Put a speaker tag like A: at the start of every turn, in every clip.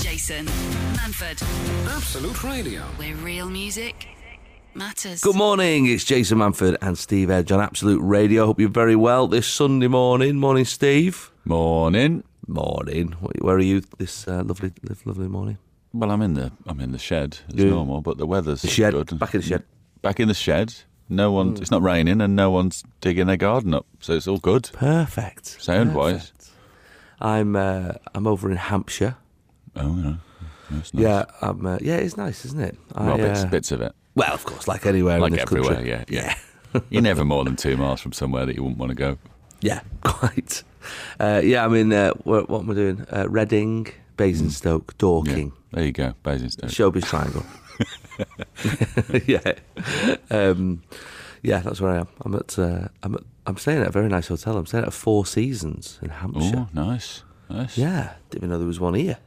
A: Jason Manford,
B: Absolute Radio.
A: where real music matters.
C: Good morning, it's Jason Manford and Steve Edge on Absolute Radio. Hope you're very well this Sunday morning. Morning, Steve.
D: Morning.
C: Morning. Wh- Where are you this uh, lovely, this lovely morning?
D: Well, I'm in the I'm in the shed as
C: Yeah.
D: normal, but the weather's
C: The shed. Hmm.
D: good.
C: Back in the shed.
D: Back in the shed. No one. It's not raining, and no one's digging their garden up, so it's all good
C: Perfect.
D: sound
C: Perfect.
D: wise.
C: I'm uh, I'm over in Hampshire.
D: Oh, yeah. That's nice.
C: Yeah, I'm, uh, yeah, it's nice, isn't it? I,
D: Well, bits,
C: uh,
D: bits of it,
C: Well, of course, like anywhere in
D: like
C: this
D: everywhere.
C: country.
D: Yeah, yeah. You're never more than two miles from somewhere that you wouldn't want to go.
C: Yeah, quite. Uh, yeah, I mean, uh, what, what am I doing? Uh, Reading, Basingstoke,
D: Yeah.
C: Dorking,
D: There you go, Basingstoke.
C: Showbiz Triangle. yeah, um, yeah, that's where I am. I'm at. Uh, I'm at. I'm staying at a very nice hotel. I'm staying at Four Seasons in
D: Oh,
C: Hampshire.
D: nice, nice.
C: Yeah, didn't even know there was one here.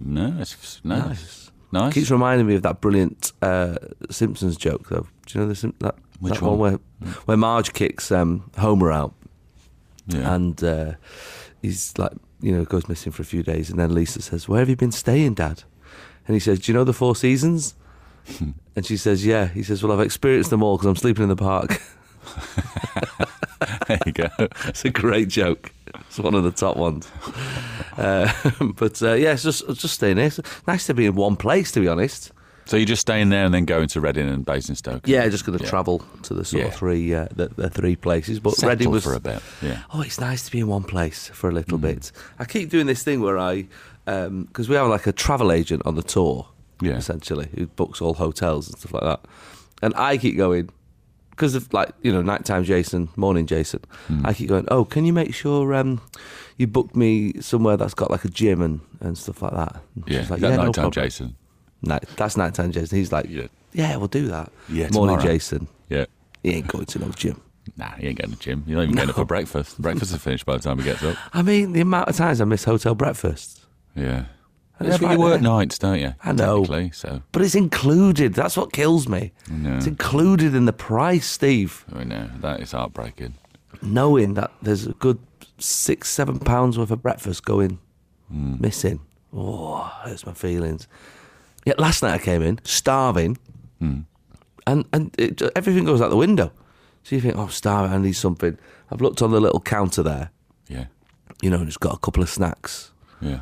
D: no, it's nice,
C: Nice.
D: nice.
C: Keeps reminding me of that brilliant uh, Simpsons joke, though. Do you know the Sim- that,
D: Which
C: that one?
D: one? Mm.
C: where where Marge kicks um, Homer out
D: yeah.
C: and uh, he's like, you know, goes missing for a few days, and then Lisa says, "Where have you been staying, Dad?" And he says, "Do you know the Four Seasons?" and she says, "Yeah." He says, "Well, I've experienced them all because I'm sleeping in the park."
D: there you go.
C: it's a great joke. It's one of the top ones. Uh, but uh, yeah, it's just it's just staying here. It's nice to be in one place, to be honest.
D: So you're just staying there and then going to Reading and Basingstoke.
C: Yeah, just going to
D: Yeah.
C: travel to the sort of
D: Yeah.
C: three uh, the, the three places. But
D: Settle
C: Reading was
D: for a bit. Yeah.
C: Oh, it's nice to be in one place for a little bit. I keep doing this thing where I, because we have like a travel agent on the tour,
D: Yeah.
C: essentially, who books all hotels and stuff like that. And I keep going, because of like, you know, nighttime Jason, morning Jason, I keep going, oh, can you make sure um, you book me somewhere that's got like a gym and, and stuff like that? And
D: Yeah.
C: she's like,
D: Is that
C: yeah, no
D: nighttime,
C: problem."
D: Jason.
C: Night, that's nighttime Jason. He's like, yeah,
D: Yeah.
C: we'll do that.
D: Yeah,
C: morning
D: tomorrow.
C: Jason.
D: Yeah.
C: He ain't going to no gym.
D: Nah, you ain't getting to the gym. You're not even getting up for breakfast. Breakfast is finished by the time he gets up.
C: I mean, the amount of times I miss hotel breakfasts.
D: Yeah.
C: And
D: yeah,
C: it's
D: but
C: right
D: you work
C: there.
D: nights, don't you?
C: I know.
D: Technically, so
C: But it's included. That's what kills me.
D: know.
C: It's included in the price, Steve.
D: I know that is heartbreaking.
C: Knowing that there's a good six, seven pounds worth of breakfast going missing. Oh, hurts my feelings. Yet last night I came in starving, and and it, everything goes out the window. So you think, oh, I'm starving. I need something. I've looked on the little counter there,
D: Yeah,
C: you know, and it's got a couple of snacks.
D: yeah.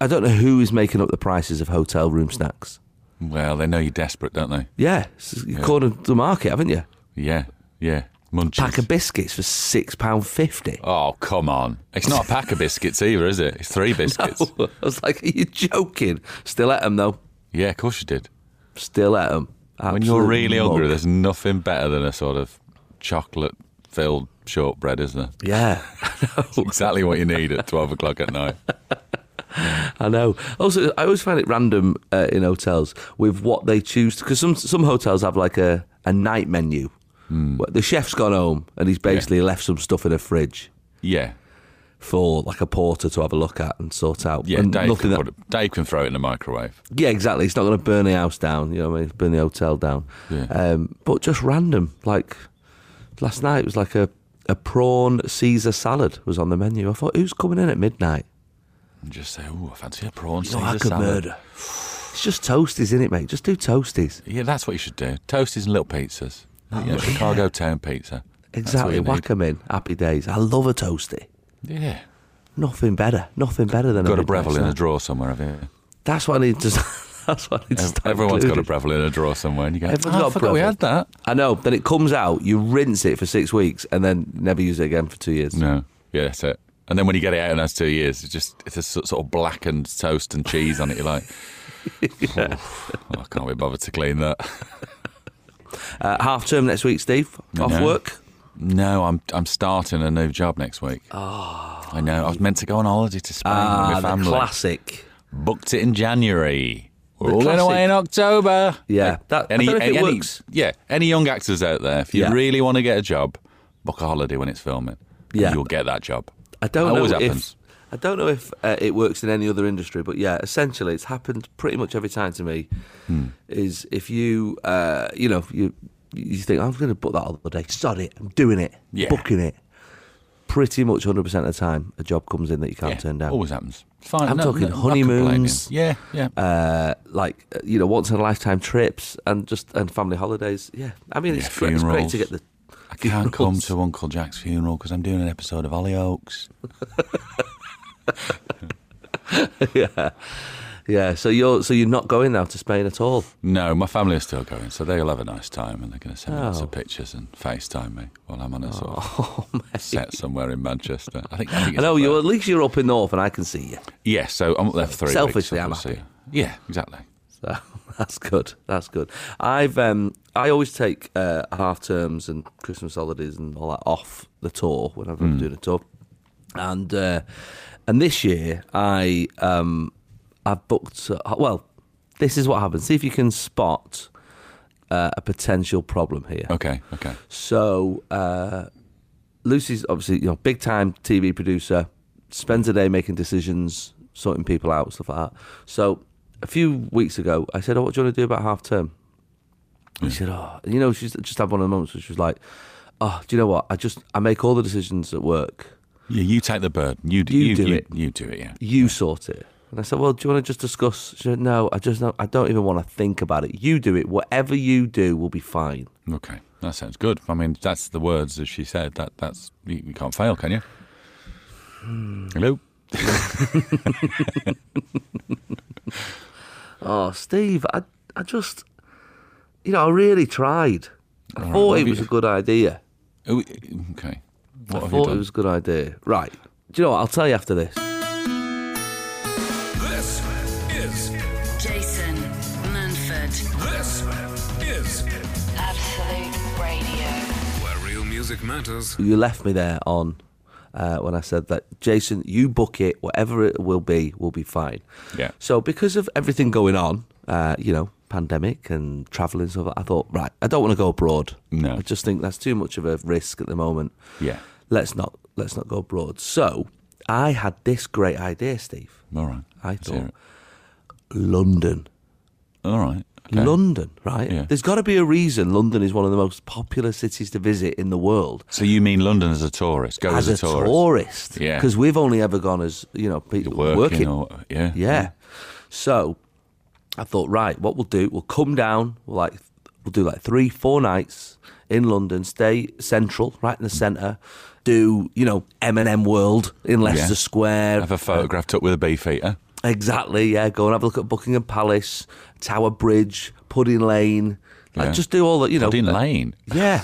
C: I don't know who is making up the prices of hotel room snacks.
D: Well, they know you're desperate, don't they?
C: Yeah, it's- you've cornered the market, haven't you?
D: Yeah, yeah. Munchies.
C: pack of biscuits for six pound fifty.
D: oh, come on! It's not a pack of biscuits either, is it? It's three biscuits.
C: I was like, "Are you joking?" Still at them though.
D: Yeah, of course you did.
C: Still at them.
D: when you're really hungry, there's nothing better than a sort of chocolate-filled shortbread, isn't there?
C: yeah,
D: It's exactly what you need at twelve o'clock at night.
C: I know. Also, I always find it random uh, in hotels with what they choose because some some hotels have like a a night menu.
D: Hmm.
C: Where the chef's gone home and he's basically left some stuff in a fridge
D: Yeah,
C: for like a porter to have a look at and sort out.
D: yeah.
C: and
D: Dave
C: nothing
D: can,
C: that-
D: put it, Dave can throw it in the microwave.
C: Yeah, exactly. It's not going to burn the house down. You know what I mean? Burn the hotel down.
D: Yeah.
C: Um, but just random. Like last night, it was like a, a prawn Caesar salad was on the menu. I thought, who's coming in at midnight?
D: And just say, "Oh, I fancy a prawn
C: You know, I
D: Caesar
C: could
D: salad."
C: murder. It's just toasties, is it, mate? Just do toasties.
D: Yeah, that's what you should do. Toasties and little pizzas. yeah, Chicago town pizza. That's what
C: Exactly.
D: you
C: Whack 'em in. Happy days. I love a toasty.
D: need. Yeah.
C: Nothing better. Nothing better than
D: Got
C: a
D: a
C: midnight
D: Breville in a
C: snack.
D: drawer somewhere, have you?
C: That's what I need to. that's what I need to
D: Ev-
C: start
D: Everyone's got a
C: including.
D: Breville in a drawer somewhere, and you go,
C: Everyone's
D: "Oh,
C: got
D: I
C: a
D: forgot we
C: Breville."
D: had that.
C: I know. Then it comes out. You rinse it for six weeks and then never use it again for two years.
D: No. Yeah, that's it. And then when you get it out in those two years, it's just it's a so- sort of blackened toast and cheese on it. You're like, "Oof, oh, I can't be bothered to clean that.
C: Uh, half term next week, Steve. Off
D: No.
C: work.
D: No, I'm I'm starting a new job next week. Oh, I know. I was meant to go on holiday to Spain
C: Ah,
D: with my
C: the
D: family.
C: classic.
D: Booked it in January. We're
C: The
D: all going
C: classic.
D: away in October.
C: Yeah, that- I don't know if it works.
D: yeah, any young actors out there, if you
C: Yeah.
D: really want to get a job, book a holiday when it's filming. and
C: Yeah.
D: you'll get that job.
C: I don't
D: That
C: know
D: always
C: if
D: happens.
C: I don't know if uh, it works in any other industry, but yeah, essentially, it's happened pretty much every time to me.
D: Hmm.
C: Is if you uh, you know you you think I'm going to book that holiday, sod it, I'm doing it,
D: Yeah.
C: booking it. pretty much 100% of the time a job comes in that you can't turn down.
D: Always happens. It's fine.
C: I'm
D: No-
C: talking
D: no- not
C: honeymoons.
D: complaining. Yeah, yeah.
C: uh, like uh, you know once in a lifetime trips and just and family holidays. Yeah, I mean
D: Yeah,
C: it's, great, it's great to
D: funerals.
C: get the.
D: I can't come
C: funerals.
D: to Uncle Jack's funeral because I'm doing an episode of Hollyoaks.
C: yeah, yeah. So you're so you're not going now to Spain at all.
D: No, my family are still going, so they'll have a nice time and they're going to send me lots
C: Oh.
D: of pictures and FaceTime me while I'm on a sort of set somewhere in Manchester. I think. I, think
C: I know
D: it's
C: you.
D: up
C: At least oh, you're up in north, and I can see you.
D: there. Yeah, so I'm up there for three.
C: Selfishly,
D: weeks,
C: I'm
D: obviously.
C: happy.
D: Yeah, exactly.
C: So that's good. That's good. I've um I always take uh, half terms and Christmas holidays and all that off the tour whenever I'm doing a tour, and uh, and this year I um I've booked. Uh, well, this is what happens. See if you can spot uh, a potential problem here.
D: Okay, okay.
C: So uh, Lucy's obviously you know big time TV producer, spends a day making decisions, sorting people out, stuff like that. So a few weeks ago, I said, "Oh, what do you want to do about half term?" And She said, "Oh, and you know, she's just had one of the moments where she was like." Oh, do you know what? I just I make all the decisions at work.
D: Yeah, you take the bird. You, d-
C: You do
D: you,
C: it.
D: You do it. Yeah.
C: You sort it. And I said, "Well, do you want to just discuss?" She said, "No, I just don't, I don't even want to think about it. You do it. Whatever you do will be fine."
D: Okay, that sounds good. I mean, that's the words as she said. That that's you, you can't fail, can you?
C: Hmm.
D: Hello.
C: Oh, Steve, I, I just, you know, I really tried. I
D: All right,
C: thought
D: what
C: it
D: have
C: was
D: you-
C: a good idea.
D: Oh, Okay. What
C: I
D: have
C: thought
D: you
C: it
D: done?
C: was a good idea. Right. Do you know what? I'll tell you after this.
B: This is
A: Jason Manford.
B: this is
E: Absolute Radio.
B: where real music matters.
C: You left me there on uh, when I said that, Jason, you book it, whatever it will be, will be fine.
D: Yeah.
C: So, because of everything going on, uh, you know, pandemic and traveling, and stuff, like that, I thought, right, I don't want to go abroad.
D: No.
C: I just think that's too much of a risk at the moment.
D: Yeah.
C: Let's not let's not go abroad. So, I had this great idea, Steve.
D: All right.
C: I
D: Let's hear
C: thought London.
D: it. All right. Okay.
C: London, right?
D: Yeah.
C: There's got to be a reason London is one of the most popular cities to visit in the world
D: So you mean London as a tourist? Go as,
C: as, a
D: tourist.
C: tourist.
D: Yeah.
C: Because we've only ever gone as, you know, people
D: Working,
C: working.
D: or yeah.
C: Yeah. So I thought, right, what we'll do, we'll come down, we'll like we'll do like three, four nights in London, stay central, right in the centre, do, you know, M&M World in Leicester Square.
D: Have a photograph took with a beefeater.
C: Exactly, yeah. Go and have a look at Buckingham Palace, Tower Bridge, Pudding Lane. Like,
D: Yeah.
C: Just do all that, you know.
D: Pudding Lane.
C: Yeah.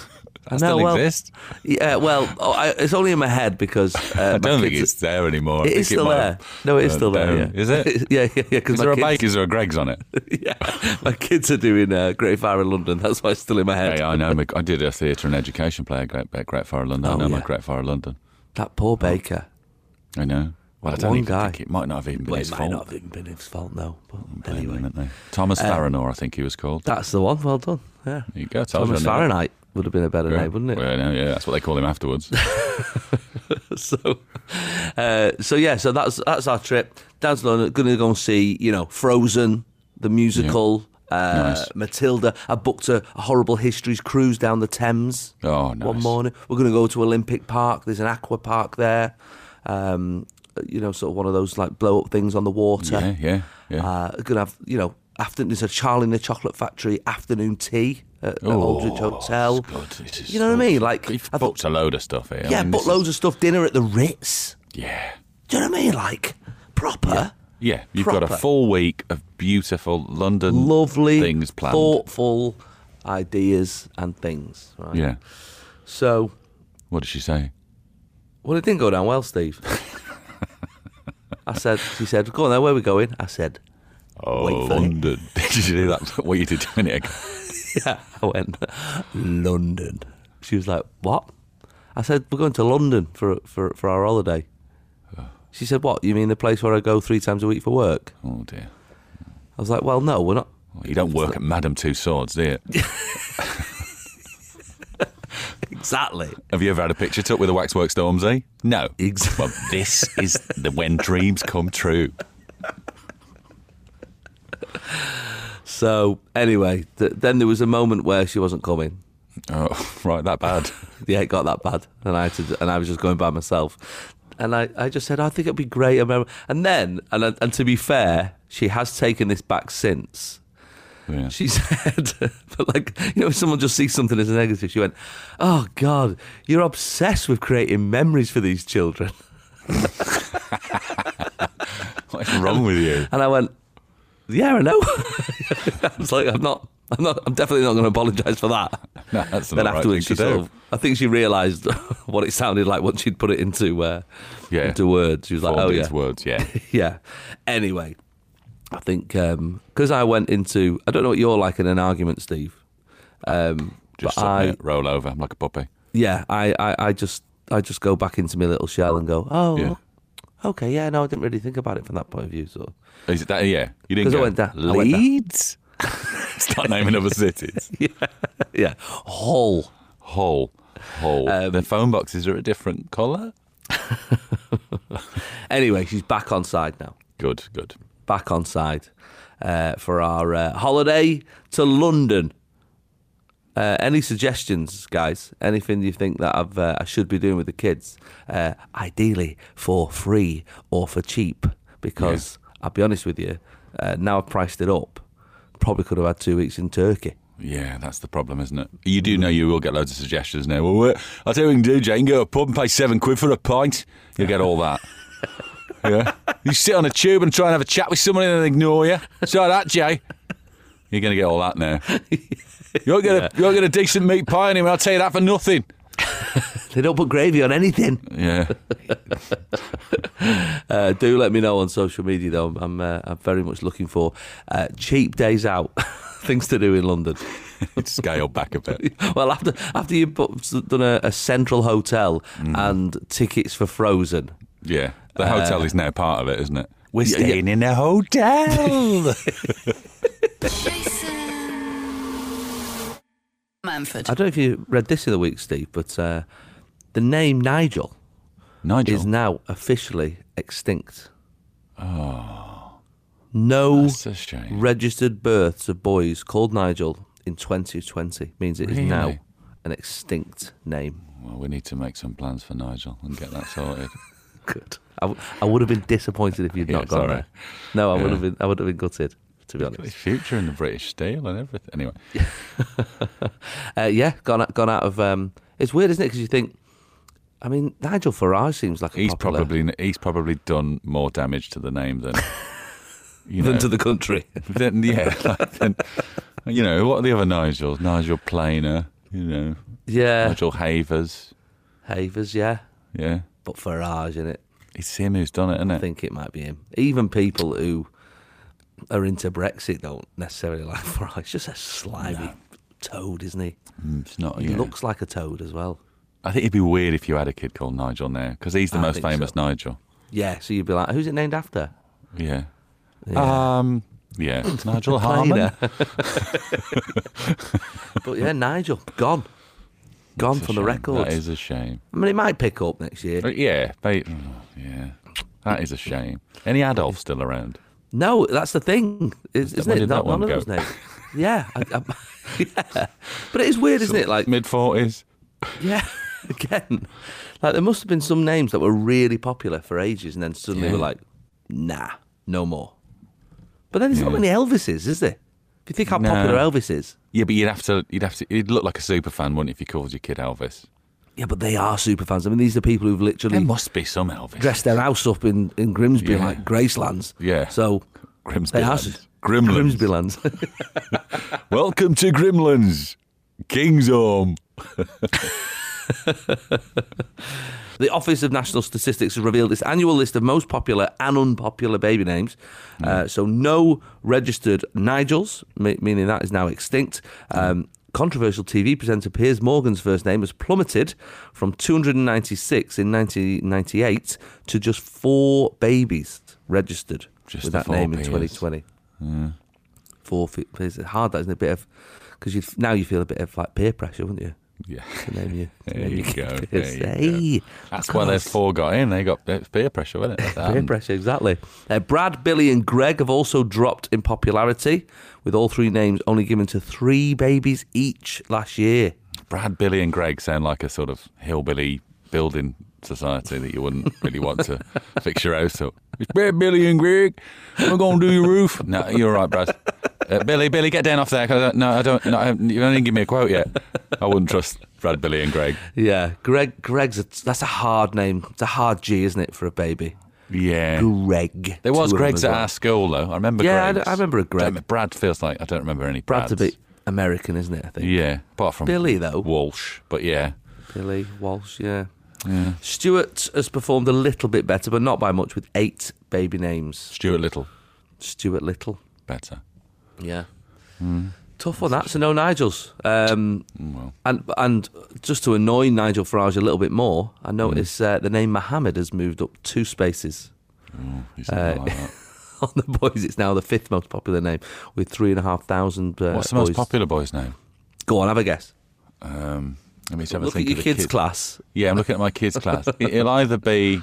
C: I
D: That still
C: know, well,
D: exists?
C: Yeah, well, oh, I, it's only in my head because uh,
D: I don't
C: my
D: think
C: kids-
D: it's there anymore. I
C: It
D: think
C: is still
D: might
C: there.
D: have
C: No, it is
D: burnt
C: still there.
D: down.
C: Yeah.
D: Is it?
C: yeah, yeah, yeah. Because
D: Is there a
C: kids,
D: Baker's or a Greg's on it?
C: Yeah, my kids are doing uh, Great Fire in London. That's why it's still in my head.
D: Hey, I know. My, I did a theatre and education play at Great, at Great Fire of London. I
C: Oh,
D: know my
C: yeah.
D: Great Fire of London.
C: That poor baker.
D: I know. Well, I
C: That
D: don't
C: one
D: even
C: guy.
D: think it might not have even been
C: Well, it
D: his
C: might
D: fault.
C: not have even been his fault, no. But
D: Blame them,
C: anyway, Uh,
D: didn't they? Thomas Farrinor, I think he was called.
C: that's the one. Well done. Yeah.
D: There you go. Told you,
C: Thomas
D: I know.
C: Fahrenheit would have been a better name, wouldn't it?
D: Well, I know, yeah, that's what they call him afterwards.
C: so, uh, so yeah, so that's that's our trip down to London. Going to go and see, you know, Frozen the musical, uh,
D: Nice.
C: Matilda. I booked a, a horrible histories cruise down the Thames.
D: Oh,
C: One
D: nice.
C: morning, we're going to go to Olympic Park. There's an aqua park there. Um, you know, sort of one of those like blow up things on the water.
D: yeah, yeah, yeah.
C: Uh, gonna have you know after there's a Charlie in the Chocolate Factory afternoon tea at, at
D: Oh,
C: Aldrich Hotel.
D: it's good. It is
C: You know what I
D: good.
C: mean? Like
D: You've
C: I
D: booked a load of stuff here. I
C: yeah,
D: mean,
C: booked
D: this is-
C: loads of stuff. Dinner at the Ritz.
D: Yeah.
C: Do you know what I mean? Like proper,
D: Yeah, you've got a
C: Proper.
D: full week of beautiful London
C: lovely,
D: things planned.
C: thoughtful ideas and things. Right.
D: Yeah.
C: So,
D: What did she say?
C: well, it didn't go down well, Steve. I said, she said, "Go on, then, where are we going?" I said,
D: Oh,
C: Wait for it.
D: London. did you do that? What you did a minute ago?
C: "Yeah." I went, "London." She was like, "What?" I said, "We're going to London for for for our holiday." She said, "What? You mean the place where I go three times a week for work?"
D: Oh dear.
C: I was like, "Well, no, we're not."
D: Well, you don't work at Madame Two Swords, do you?
C: Exactly.
D: Have you ever had a picture took with a waxwork Stormzy? No.
C: Ex-
D: Well, this is the when dreams come true.
C: So anyway, th- then there was a moment where she wasn't coming.
D: Oh, right, that bad.
C: yeah, it got that bad, and I had to, d- and I was just going by myself, and I, I just said, I think it'd be great. And remember- and then, and I- and to be fair, she has taken this back since.
D: Yeah.
C: She said, but like, you know, if someone just sees something as a negative, she went, Oh God, you're obsessed with creating memories for these children.
D: What's wrong with you?
C: And I went, Yeah, I know. I was like, I'm not, I'm not, I'm definitely not going to apologise for that.
D: No, that's not
C: then
D: the right
C: afterwards,
D: thing
C: she
D: to
C: sort
D: do.
C: of, I think she realised what it sounded like once she'd put it into, uh,
D: Yeah.
C: into words. She was like,
D: Formed
C: Oh
D: these
C: yeah,
D: words, yeah.
C: yeah. Anyway, I think because I went into, I don't know what you're like in an argument, Steve. Um,
D: Just
C: but I,
D: submit, roll over. I'm like a puppy.
C: yeah, I, I, I just I just go back into my little shell and go, oh,
D: Yeah.
C: okay, yeah, no, I didn't really think about it from that point of view. So
D: Is it that? Yeah, you didn't.
C: 'Cause I
D: go,
C: went da- I went da-
D: Leeds. Start naming other cities.
C: yeah, Hull.
D: Hull, Hull.
C: Um,
D: Their phone boxes are a different colour.
C: Anyway, she's back on side now.
D: Good, good.
C: Back on side uh, for our uh, holiday to London. Uh, any suggestions, guys? Anything you think that I've, uh, I should be doing with the kids? Uh, ideally for free or for cheap, because I'll be honest with you, uh, now I've priced it up. Probably could have had two weeks in Turkey.
D: Yeah, that's the problem, isn't it? You do know you will get loads of suggestions now. Well, wait, I'll tell you what we can do, Jane. Go to a pub and pay seven quid for a pint. You'll get all that. yeah. You sit on a tube and try and have a chat with someone and they ignore you. So that, Jay. You're going to get all that now. You're going to you're going to decent meat pie anyway. I'll tell you that for nothing.
C: They don't put gravy on anything.
D: Yeah.
C: Uh, do let me know on social media, though. I'm, uh, I'm very much looking for uh, cheap days out, things to do in London.
D: Scale back a bit.
C: Well, after after you've booked- done a, a central hotel
D: Mm.
C: and tickets for Frozen,
D: Yeah. The hotel is now part of it, isn't it? Uh, We're
C: Yeah, yeah. staying
D: in a hotel.
A: Jason Manford.
C: I don't know if you read this in the week, Steve, but uh, the name Nigel
D: Nigel.
C: is now officially extinct. Oh, no
D: That's a shame.
C: registered births of boys called Nigel in 2020 means it is now
D: Really?
C: an extinct name.
D: Well, we need to make some plans for Nigel and get that sorted.
C: Good. I, w- I would have been disappointed if you'd
D: Yeah,
C: not gone
D: sorry.
C: there. No, I would
D: Yeah.
C: have been. I would have been gutted, to be
D: His
C: honest.
D: future in the British Steel and everything. Anyway,
C: Uh, yeah, gone out- gone out of. Um, it's weird, isn't it? Because you think, I mean, Nigel Farage seems like a
D: he's
C: popular-
D: probably he's probably done more damage to the name than you know.
C: than to the country.
D: than- yeah, like, than- you know what are the other Nigels? Nigel Planer, you know,
C: yeah,
D: Nigel Havers.
C: Havers. Yeah,
D: Yeah,
C: but Farage in it.
D: it's him who's done it, isn't
C: I
D: it?
C: think it might be him. Even people who are into Brexit don't necessarily like Farage. He's just a slimy toad, isn't he?
D: Mm, It's not.
C: He
D: yeah.
C: looks like a toad as well.
D: I think it'd be weird if you had a kid called Nigel now because he's the
C: I
D: most
C: think
D: famous
C: so.
D: Nigel.
C: Yeah, so you'd be like, who's it named after?
D: Yeah.
C: Yeah.
D: Um. Yeah. Nigel Harmon.
C: Planer. but yeah, Nigel gone, gone
D: It's a
C: from the
D: shame.
C: records.
D: That is a shame.
C: I mean, it might pick up next year.
D: But Uh, yeah, they, oh, yeah. That is a shame. Any Adolf still around?
C: No, that's the thing, is,
D: that-
C: isn't
D: where
C: it?
D: did
C: Not
D: that one
C: none of
D: go?
C: those names. Yeah, I, I, yeah, but it is weird, isn't it? Like,
D: Mid forties.
C: yeah, again, like there must have been some names that were really popular for ages, and then suddenly
D: Yeah.
C: we're like, nah, no more. But then there's not many Elvises, is there? If you think how
D: No.
C: popular Elvis is,
D: Yeah, but you'd have to, you'd have to, you'd look like a super fan, wouldn't you, if you called your kid Elvis?
C: yeah, but they are super fans. I mean, these are people who've literally
D: There must be some Elvis.
C: dress their house up in, in Grimsby
D: Yeah.
C: like Gracelands.
D: Yeah.
C: So
D: Grimsby
C: they are
D: Lands. Grimlands.
C: Grimsby lands.
D: Welcome to Grimlands, King's Home.
C: the Office of National Statistics has revealed its annual list of most popular and unpopular baby names.
D: Hmm.
C: Uh, so no registered Nigels, me- meaning that is now extinct. Um, Controversial TV presenter Piers Morgan's first name has plummeted from 296 in 1998 to just four babies registered
D: Just
C: with
D: the
C: that
D: four
C: name in
D: Piers.
C: 2020. Four feet. It's hard, that isn't it? A bit of because you now you feel a bit of like peer pressure, wouldn't you?
D: Yeah.
C: To name you. to
D: There
C: name
D: you
C: your
D: go.
C: kid
D: There
C: Piers.
D: you go.
C: Hey,
D: That's
C: of
D: why they
C: course.
D: four got in. They got it's peer pressure, wasn't it?
C: Peer pressure, exactly. Uh, Brad, Billy, and Greg have also dropped in popularity, with all three names only given to three babies each last year.
D: Brad, Billy, and Greg sound like a sort of hillbilly building society that you wouldn't really want to fix your house up. It's Brad, Billy, and Greg. We're going to do your roof. No, you're all right, Brad. Uh, Billy, Billy, get down off there. 'cause I don't, no, I don't. No, I haven't- you haven't even given me a quote yet. I wouldn't trust Brad, Billy, and Greg.
C: Yeah, Greg. Greg's a, that's a hard name. It's a hard G, isn't it, for a baby?
D: Yeah.
C: Greg.
D: There was
C: Two of them
D: Greg's
C: as
D: at
C: well.
D: our school, though. I remember
C: Yeah, I d-
D: Greg's.
C: I remember a Greg.
D: Don't- Brad feels like I don't remember any
C: Brad's
D: Brads.
C: a bit American, isn't it? I think.
D: Yeah, apart from
C: Billy, though.
D: Walsh, but yeah.
C: Billy Walsh. Yeah. Stuart has performed a little bit better, but not by much, with eight baby names.
D: Stuart Little,
C: Stuart Little.
D: better.
C: Yeah.
D: Hmm.
C: Tough one that. So no Nigels. Um,
D: Mm,
C: and and just to annoy Nigel Farage a little bit more, I
D: Hmm.
C: notice uh, the name Mohammed has moved up two spaces
D: mm, He's
C: Uh,
D: not like that.
C: on the boys. It's now the fifth most popular name with three and a half thousand. Uh,
D: What's the most
C: boys.
D: popular boy's name?
C: Go on, have a guess.
D: Um, let me just have a
C: Look at
D: think
C: your
D: of the
C: kids'
D: kid-
C: class.
D: Yeah, I'm looking at my kids' class. It- It'll either be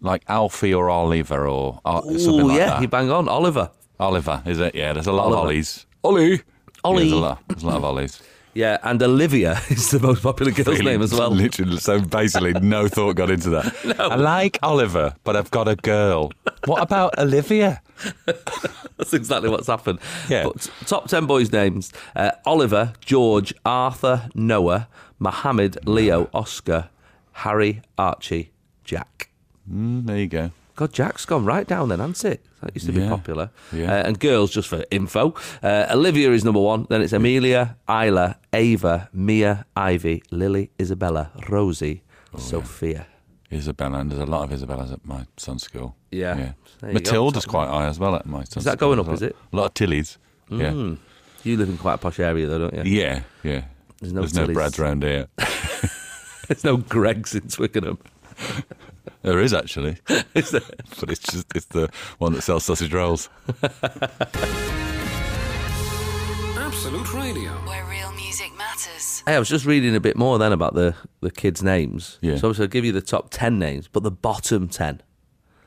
D: like Alfie or Oliver or, or something
C: Oh
D: like
C: yeah,
D: that.
C: you bang on, Oliver.
D: Oliver, is it? Yeah, there's a lot of
C: Oliver.
D: Ollies. Ollie.
C: Ollie.
D: there's, a lot, there's a lot of Ollies.
C: Yeah, and Olivia is the most popular girl's
D: Really,
C: name as well.
D: Literally, so basically, no thought got into that. I like Oliver, but I've got a girl. What about Olivia?
C: That's exactly what's happened.
D: Yeah.
C: But top 10 boys' names uh, Oliver, George, Arthur, Noah, Mohammed, Leo, Oscar, Harry, Archie, Jack.
D: Mm, there you go.
C: God, Jack's gone right down then, hasn't it? That used to be
D: Yeah.
C: popular.
D: Yeah.
C: Uh, and girls, just for info. Uh, Olivia is number one. Then it's Amelia, Isla, Ava, Mia, Ivy, Lily, Isabella, Rosie,
D: Oh,
C: Sophia.
D: Isabella, and there's a lot of Isabellas at my son's school.
C: Yeah. There you go.
D: Matilda's quite high as well at my son's
C: Is that
D: school.
C: going
D: There's
C: up,
D: a
C: is
D: lot-
C: it? Hmm.
D: A lot of Tillies. Yeah.
C: You live in quite a posh area, though, don't you?
D: Yeah, yeah.
C: There's no
D: There's no
C: Tillies.
D: Brads round here.
C: There's no Greg's in Twickenham.
D: there is, actually.
C: Is there?
D: But it's just it's the one that sells sausage rolls.
B: Absolute Radio.
E: Where real music matters.
C: Hey, I was just reading a bit more then about the, the kids' names.
D: Yeah.
C: So obviously I'll give you the top 10 names, but the bottom 10.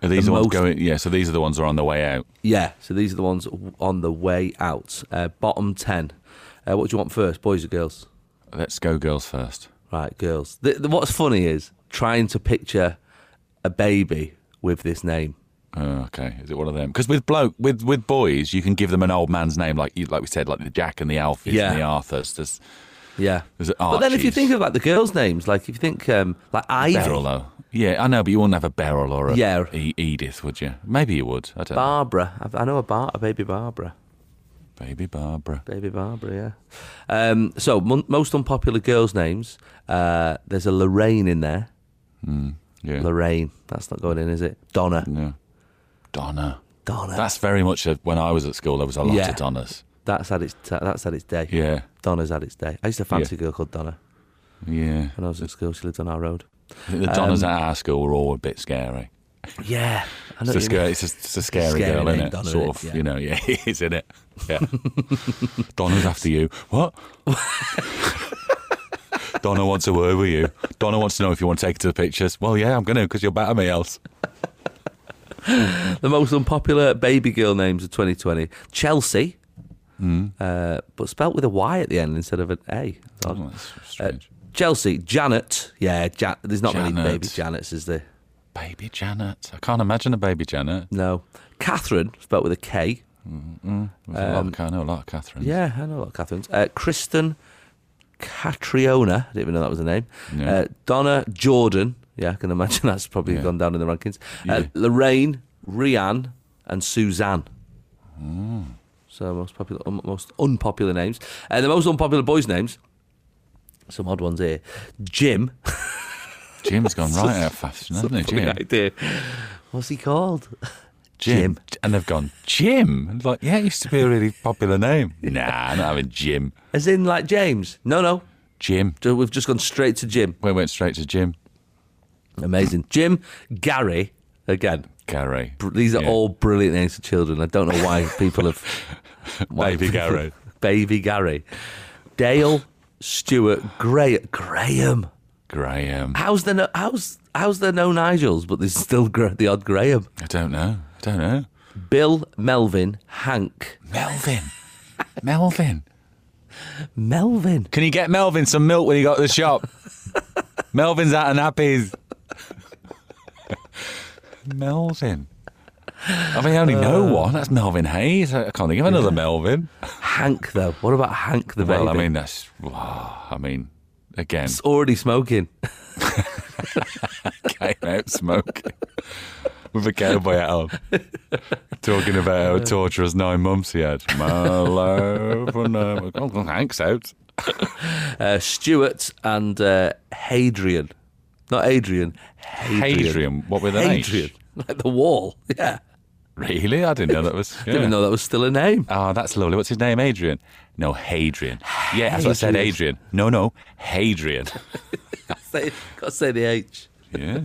D: Are these the, ones
C: most-
D: going? Yeah, so these are the ones that are on the way out.
C: Yeah. So these are the ones on the way out. Uh, bottom 10. Uh, what do you want first, boys or girls?
D: Let's go girls first.
C: Right, girls. The, the, what's funny is trying to picture a baby with this name.
D: Oh, okay, is it one of them? Because with bloke, with with boys, you can give them an old man's name, like you, like we said, like the Jack and the Alfies
C: Yeah.
D: and the Arthurs. There's,
C: Yeah.
D: Is it
C: but then if you
D: Archie's?
C: think of like the girls' names, like if you think um, like
D: Beryl,
C: Ivy,
D: though. Yeah, I know, but you wouldn't have a Beryl or a
C: Yeah.
D: E- Edith, would you? Maybe you would. I don't
C: Barbara. I've- I know a, bar, a baby Barbara.
D: know. Baby Barbara.
C: Baby Barbara, yeah. Um, so, mon- most unpopular girls' names. Uh, there's a Lorraine in there.
D: Yeah.
C: Lorraine. That's not going in, is it? Donna.
D: No. Donna.
C: Donna. That's,
D: That's very much a, when I was at school. There was a lot
C: Yeah.
D: of Donnas.
C: had its t- that's had its day.
D: Yeah.
C: Donna's had its day. I used to fancy a girl called Donna
D: Yeah.
C: when I was at school. She lived on our road.
D: I think the Donnas at our school were all a bit scary.
C: Yeah. I know what you
D: It's a,
C: mean.
D: scary, it's, a, it's a scary,
C: Scary
D: girl,
C: name,
D: isn't it?
C: Donna,
D: sort
C: isn't
D: of,
C: it?
D: you know, yeah, it is, isn't it? Yeah. Donna's after you. What? Donna wants a word with you. Donna wants to know if you want to take her to the pictures. Well, yeah, I'm going to because you're better than me else.
C: The most unpopular baby girl names of 2020. Chelsea.
D: Hmm.
C: Uh, but spelt with a Y at the end instead of an A. Odd.
D: Oh, that's
C: Uh,
D: strange.
C: Chelsea, Janet, yeah, ja- there's not many
D: Janet.
C: baby Janets, is there?
D: Uh, Baby Janet. I can't imagine a baby Janet.
C: No. Catherine, spelt with a K.
D: There's a lot of, I know a lot of Catherine.
C: Yeah, I know a lot of Catherines. Uh, Kristen Catriona, I didn't even know that was a name.
D: Yeah.
C: Uh, Donna Jordan, yeah, I can imagine that's probably
D: Yeah.
C: gone down in the rankings. Uh,
D: Yeah.
C: Lorraine, Rianne, and Suzanne.
D: Mm.
C: So most popular, um, most unpopular names. Uh, the most unpopular boys' names. Some odd ones here. Jim.
D: Jim's gone right out fast, hasn't he,
C: Funny
D: Jim?
C: idea. What's he called? Jim.
D: And they've gone, Jim? And like, yeah, it used to be a really popular name. nah, I'm not having Jim.
C: As in like James? No, no.
D: Jim.
C: So We've just gone straight to Jim.
D: We went straight to Jim.
C: Amazing. Jim, Gary, again.
D: Gary.
C: Br- These are
D: Yeah.
C: all brilliant names for children. I don't know why people have. why
D: Baby
C: people-
D: Gary.
C: Baby Gary. Dale, Stuart, Gray, Graham.
D: Graham.
C: How's there no, how's, how's there no Nigels, but there's still Gra- the odd Graham?
D: I don't know. I don't know.
C: Bill, Melvin, Hank,
D: Melvin. Melvin.
C: Melvin.
D: Can you get Melvin some milk when you go to the shop? Melvin's out of nappies. Melvin. I mean, I only know one. That's Melvin Hayes. I can't think of another Melvin.
C: Hank, though. What about Hank the baby?
D: Well, I mean, that's. wow, I mean, again,
C: it's already smoking.
D: came out smoking with a cowboy hat on, talking about how torturous nine months he had. My love, and, uh, well, Hank's out.
C: Uh, Stuart and uh, Hadrian. Not Adrian. Hadrian.
D: Hadrian, what with an H?
C: Hadrian. Like the wall. Yeah.
D: Really? I didn't know that was.
C: Didn't even know that was still a name.
D: Oh, that's lovely. What's his name? Adrian? No, Hadrian. Yeah, that's what I said, Adrian. No, no, Hadrian.
C: Say- Gotta say the H.
D: Yeah.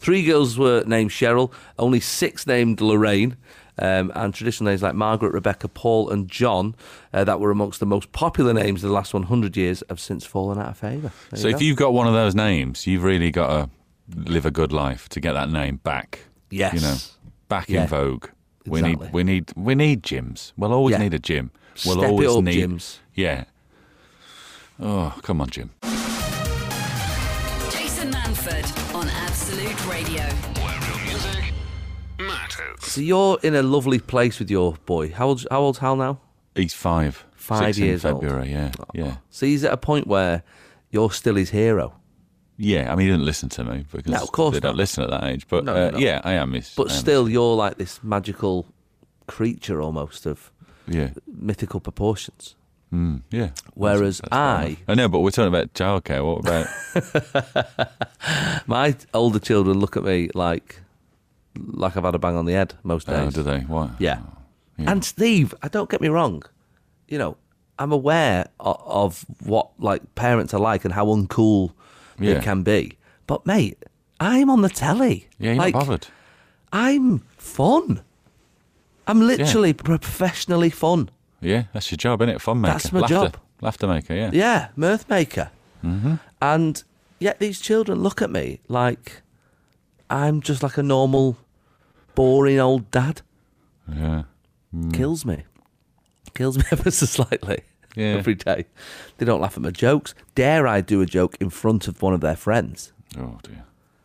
C: Three girls were named Cheryl, only six named Lorraine, um, and traditional names like Margaret, Rebecca, Paul, and John uh, that were amongst the most popular names of the last 100 years have since fallen out of favour. There
D: So
C: you
D: if
C: go.
D: you've got one of those names, you've really got to live a good life to get that name back.
C: Yes.
D: You know, back
C: Yeah.
D: in vogue. We
C: Exactly.
D: need, we need, we need gyms. We'll always
C: Yeah.
D: need a gym. We'll
C: Step it
D: always
C: up,
D: need
C: gyms.
D: Yeah. Oh, come on, Jim.
A: Jason Manford on Absolute Radio.
B: Where real music matters.
C: So you're in a lovely place with your boy. How old? How old's Hal now?
D: He's five.
C: Five
D: Six
C: years
D: in
C: old. Oh.
D: February. Yeah. Yeah.
C: So he's at a point where you're still his hero.
D: Yeah. I mean, he didn't listen to me because
C: No, of course
D: they
C: not.
D: don't listen at that age. But
C: No,
D: uh,
C: no, no.
D: yeah, I am. His,
C: But
D: I am
C: still, you're like this magical creature almost of
D: his- yeah. Mm,
C: mythical proportions.
D: Yeah.
C: Whereas
D: fair
C: I,
D: enough. I know, but we're talking about childcare. What about?
C: my older children look at me like like I've had a bang on the head most days.
D: oh, do they? What?
C: Yeah. And Steve, I don't get me wrong, you know, I'm aware of, of what like parents are like and how uncool
D: Yeah.
C: they can be. But mate, I'm on the telly.
D: Yeah, you're
C: like,
D: not bothered.
C: I'm fun. I'm literally professionally fun.
D: Yeah, that's your job, isn't it? Fun maker.
C: That's my
D: Laughter.
C: job.
D: Laughter maker, yeah.
C: Yeah, mirth maker. And yet these children look at me like I'm just like a normal, boring old dad.
D: Yeah.
C: kills me. Kills me ever so slightly
D: Yeah.
C: every day. They don't laugh at my jokes. Dare I do a joke in front of one of their friends?
D: Oh, dear.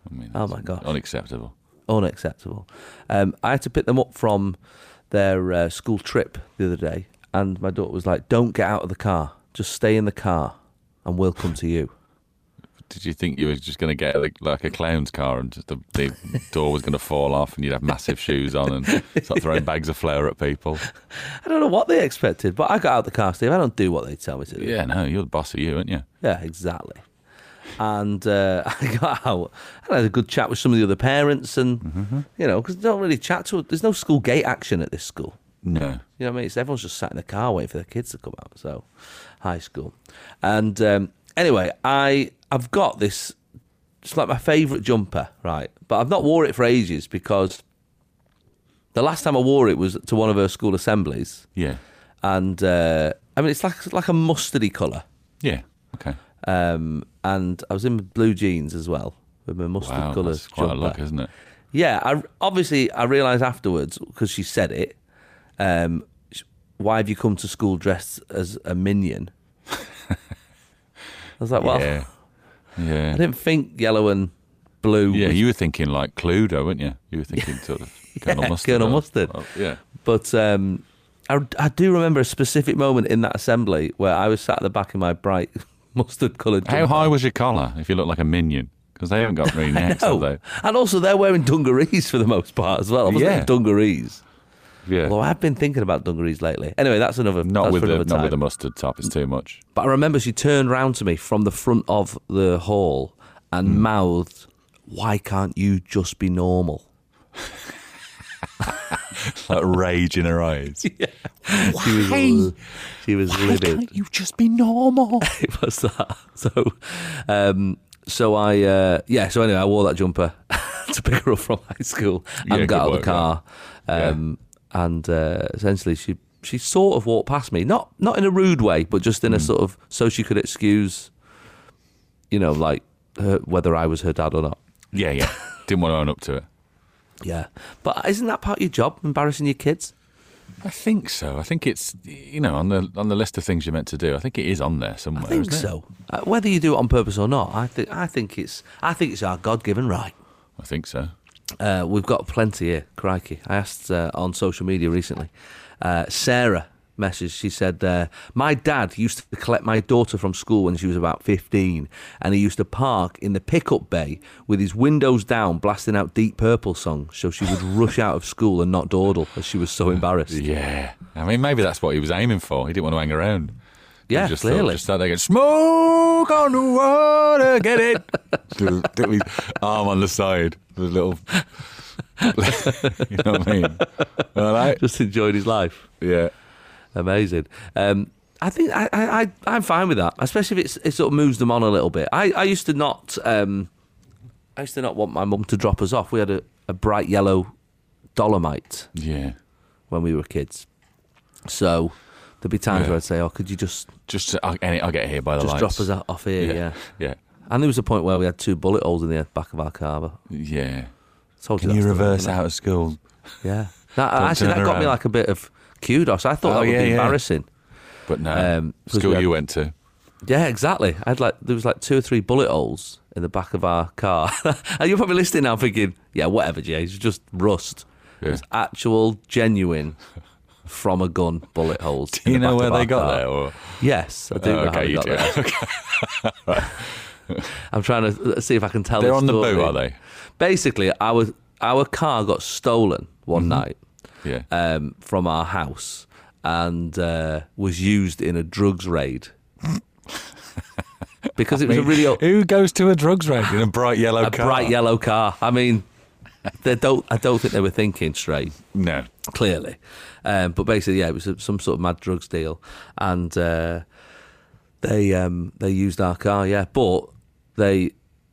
D: I mean,
C: Oh,
D: that's
C: my gosh.
D: Unacceptable.
C: Unacceptable. Um, I had to pick them up from their uh, school trip the other day, and my daughter was like, "Don't get out of the car. Just stay in the car, and we'll come to you."
D: Did you think you were just going to get like, like a clown's car and just the, the door was going to fall off and you'd have massive shoes on and start throwing bags of flour at people?
C: I don't know what they expected, but I got out of the car, Steve. I don't do what they tell me to do.
D: Yeah, no, you're the boss of you, aren't you?
C: Yeah, exactly. And uh, I got out and I had a good chat with some of the other parents, and you know, because they don't really chat to. There's no school gate action at this school.
D: No.
C: You know what I mean? It's, everyone's just sat in the car waiting for their kids to come out. So, high school. And um, anyway, I I've got this. It's like my favourite jumper, right? But I've not wore it for ages because the last time I wore it was to one of her school assemblies,
D: Yeah.
C: and uh, I mean it's like like a mustardy colour.
D: Yeah. Okay.
C: Um, and I was in blue jeans as well with my mustard
D: Wow.
C: colour
D: That's quite
C: jumper.
D: a look, isn't it?
C: Yeah, I obviously I realised afterwards because she said it. Um, sh- why have you come to school dressed as a minion? I was like, well,
D: yeah. Yeah.
C: I didn't think yellow and blue.
D: Yeah,
C: was-
D: you were thinking like Cluedo, weren't you? You were thinking sort of Colonel
C: Yeah,
D: Mustard.
C: Colonel
D: or-
C: Mustard.
D: or- yeah.
C: but um, I, I do remember a specific moment in that assembly where I was sat at the back in my bright mustard coloured.
D: How high was your collar if you look like a minion? Because they haven't got really necks, have
C: Oh,
D: they?
C: and also they're wearing dungarees for the most part as well. I wasn't
D: Yeah.
C: in dungarees.
D: Yeah.
C: Although I've been thinking about dungarees lately. Anyway, that's another.
D: not
C: that's
D: with
C: for
D: the
C: another time.
D: not with the mustard top. It's too much.
C: But I remember she turned round to me from the front of the hall and
D: Hmm.
C: mouthed, "Why can't you just be normal?"
D: Like rage in her eyes.
C: She was, li- she was livid.
D: you just be normal?
C: It was that. So, um, so I uh, yeah. So anyway, I wore that jumper to pick her up from high school and
D: Yeah, good
C: got out of
D: work,
C: the car. Um, And uh, essentially, she she sort of walked past me, not not in a rude way, but just in
D: Hmm.
C: a sort of so she could excuse, you know, like her, whether I was her dad or not.
D: yeah, yeah. Didn't want to own up to it.
C: Yeah, but isn't that part of your job? Embarrassing your kids?
D: I think so. I think it's you know on the on the list of things you're meant to do. I think it is on there somewhere.
C: I think
D: isn't it?
C: so. Uh, whether you do it on purpose or not, I think I think it's I think it's our God-given right.
D: I think so.
C: Uh, we've got plenty here. Crikey. I asked uh, on social media recently. Uh, Sarah messaged, she said, uh, My dad used to collect my daughter from school when she was about 15, and he used to park in the pickup bay with his windows down, blasting out Deep Purple songs, so she would rush out of school and not dawdle, as she was so embarrassed.
D: Yeah. I mean, maybe that's what he was aiming for. He didn't want to hang around. He
C: Yeah,
D: just thought-
C: clearly.
D: just thought they could smoke on the water, get it? Took his arm on the side, the little. you know what I mean? All right.
C: Just enjoyed his life.
D: Yeah.
C: Amazing. Um, I think I, I, I, I'm fine with that, especially if it's, it sort of moves them on a little bit. I, I used to not, um, I used to not want my mum to drop us off. We had a, a bright yellow dolomite
D: Yeah.
C: when we were kids, so there'd be times
D: Yeah.
C: where I'd say, "Oh, could you just
D: Just to, I'll, any- I'll get here by the
C: just
D: lights.
C: drop us o- off here?" Yeah.
D: Yeah. Yeah.
C: And there was a point where we had two bullet holes in the back of our car. But I
D: Yeah.
C: told
D: Can
C: you,
D: you
C: that story,
D: reverse
C: didn't I?
D: out of school?
C: Yeah. That,
D: Don't
C: actually,
D: turn
C: that got me
D: around.
C: like a bit of kudos. I thought
D: Oh,
C: that would
D: yeah,
C: be
D: yeah.
C: embarrassing.
D: But no.
C: Um, 'cause we
D: school
C: had-
D: you went to.
C: Yeah, exactly. I had like there was like two or three bullet holes in the back of our car. and you're probably listening now thinking, yeah, whatever, Jay, it's just rust.
D: Yeah.
C: It's actual, genuine from a gun bullet holes.
D: Do you know where they got there? Or?
C: Yes, I do
D: Oh,
C: know how
D: okay,
C: they
D: you
C: got
D: do.
C: there. I'm trying to see if I can tell.
D: They're
C: this
D: on the
C: story.
D: boot, are they?
C: Basically, our our car got stolen
D: Mm-hmm.
C: one night
D: Yeah.
C: um, from our house and uh, was used in a drugs raid. because it was a really old,
D: Who goes to a drugs raid in a bright yellow
C: a
D: car?
C: bright yellow car. I mean, they don't. I don't think they were thinking straight.
D: No.
C: Clearly, um, but basically, yeah, it was some sort of mad drugs deal, and uh, they um, they used our car. Yeah, but they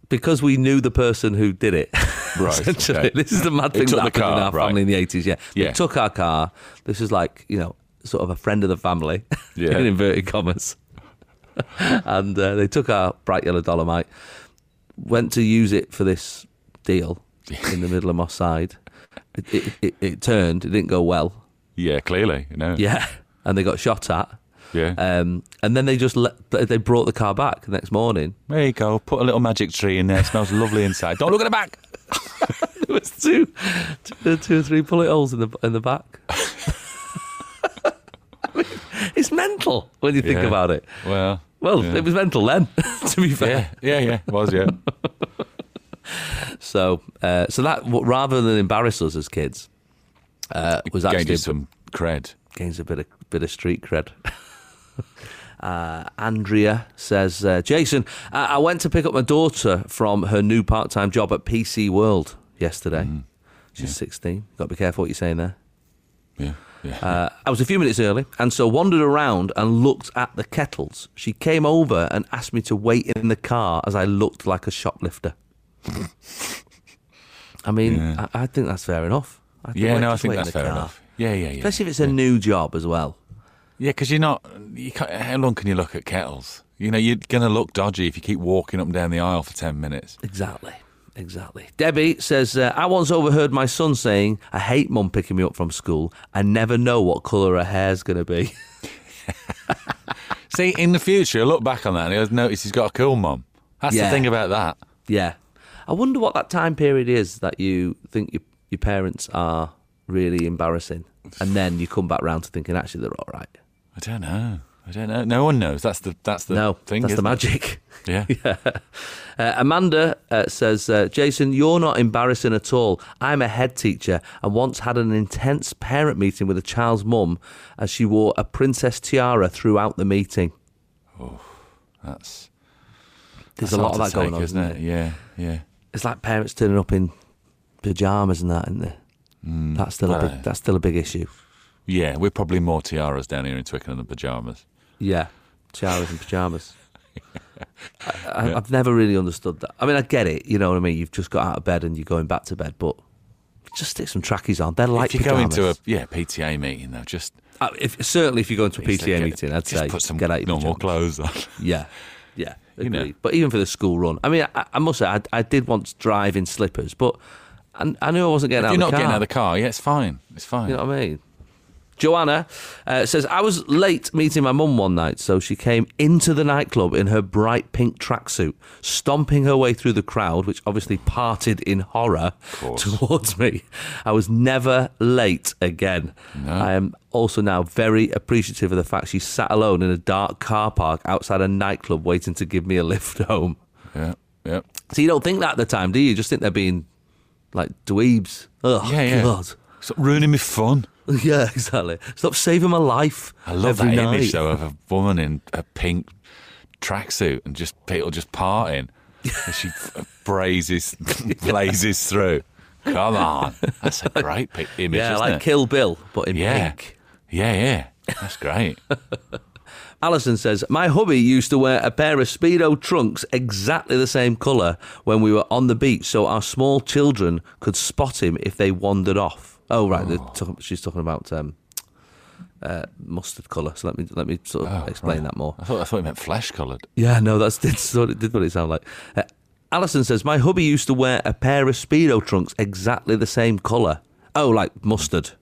C: because we knew the person who did it.
D: Right,
C: essentially,
D: okay.
C: this is the mad
D: They
C: thing that
D: took the
C: happened in
D: car,
C: our
D: right.
C: family in the eighties. Yeah,
D: Yeah.
C: they took our car. This is like you know, sort of a friend of the family.
D: Yeah.
C: in inverted commas. and uh, they took our bright yellow dolomite, went to use it for this deal in the middle of Moss Side. It, it, it, it turned, it didn't go well.
D: Yeah, Uh, clearly. No.
C: Yeah. And they got shot at.
D: Yeah.
C: Um, and then they just let, they brought the car back the next morning.
D: There you go. Put a little magic tree in there. It smells lovely inside. Don't look at the back.
C: There was two, two, two or three bullet holes in the in the back. it's mental when you think
D: Yeah.
C: about it.
D: Well.
C: Well,
D: yeah.
C: it was mental then, to be fair.
D: Yeah, yeah, yeah. it Was yeah.
C: So, uh, so that w- rather than embarrass us as kids, uh, was
D: Gained
C: actually
D: you some cred.
C: gains a bit of bit of street cred. Uh, Andrea says, uh, Jason, I-, I went to pick up my daughter from her new part time job at PC World yesterday.
D: Mm.
C: She's 16. Got to be careful what you're saying there.
D: Yeah, yeah.
C: Uh, I was a few minutes early and so wandered around and looked at the kettles. She came over and asked me to wait in the car as I looked like a shoplifter. I mean,
D: Yeah.
C: I, I think that's fair enough. I
D: yeah,
C: wait-
D: no, I
C: just
D: think
C: wait in
D: that's
C: the
D: fair
C: car.
D: enough. Yeah, yeah, yeah.
C: Especially if it's a new job as well.
D: yeah, because you're not. You can't, how long can you look at kettles? You know, you're gonna look dodgy if you keep walking up and down the aisle for ten minutes.
C: Exactly. Exactly. Debbie says, uh, I once overheard my son saying, I hate mum picking me up from school. I never know what colour her hair's going to be.
D: See, in the future, look back on that and he'll notice he's got a cool mum. That's the
C: Yeah.
D: thing about that.
C: yeah. I wonder what that time period is that you think your, your parents are really embarrassing. And then you come back round to thinking, actually, they're all right.
D: I don't know. I don't know. No one knows. That's the that's the
C: no,
D: thing.
C: that's the
D: isn't it?
C: magic.
D: Yeah.
C: Uh, Amanda uh, says, uh, Jason, you're not embarrassing at all. I'm a head teacher and once had an intense parent meeting with a child's mum as she wore a princess tiara throughout the meeting.
D: That's
C: There's
D: that's
C: a lot of
D: hard
C: that
D: to
C: going
D: take,
C: on,
D: isn't it? Yeah, yeah.
C: It's like parents turning up in pyjamas and that, isn't it?
D: Hmm.
C: that's still a
D: aye.
C: big, that's still a big issue.
D: Yeah, we're probably more tiaras down here in Twickenham than pajamas.
C: Yeah, tiaras and pyjamas. I, I, I've never really understood that. I mean, I get it. You know what I mean? You've just got out of bed and you're going back to bed, but just stick some trackies on. They're like
D: if you go into
C: pyjamas.
D: a yeah PTA meeting though, just
C: Uh, if, certainly, if you go into a
D: just
C: PTA
D: get-
C: meeting, I'd
D: just
C: say
D: put some
C: get out your
D: normal
C: pajamas.
D: clothes on.
C: Yeah, yeah,
D: You know.
C: agreed. But even for the school run, I mean, I, I must say, I, I did once drive in slippers, but I, I knew I wasn't getting
D: If
C: out
D: you're
C: of
D: not
C: the car.
D: getting out of the car, yeah, it's fine. It's fine.
C: You know what I mean? Joanna uh, says, I was late meeting my mum one night, so she came into the nightclub in her bright pink tracksuit, stomping her way through the crowd, which obviously parted in horror towards me. I was never late again. I am also now very appreciative of the fact she sat alone in a dark car park outside a nightclub waiting to give me a lift home.
D: Yeah, yeah.
C: So you don't think that at the time, do you? You just think they're being like dweebs. Ugh,
D: Yeah, yeah.
C: God.
D: Stop ruining my fun.
C: Yeah, exactly. Stop saving my life.
D: I love
C: every
D: that
C: night.
D: image though of a woman in a pink tracksuit and just people just partying. and she blazes blazes through. Come on, that's a great pic- image,
C: Yeah,
D: isn't
C: like
D: it?
C: Kill Bill, but in
D: yeah,
C: pink.
D: yeah, yeah. That's great.
C: Alison says, My hubby used to wear a pair of Speedo trunks exactly the same colour when we were on the beach so our small children could spot him if they wandered off. Oh, right. they're talking- she's talking about um, uh, mustard colour. So let me let me sort
D: Oh,
C: of explain that more.
D: I thought I thought it meant flesh coloured.
C: Yeah, no, that's that's what it did what it sounded like. Uh, Alison says my hubby used to wear a pair of speedo trunks exactly the same colour. Oh, like mustard.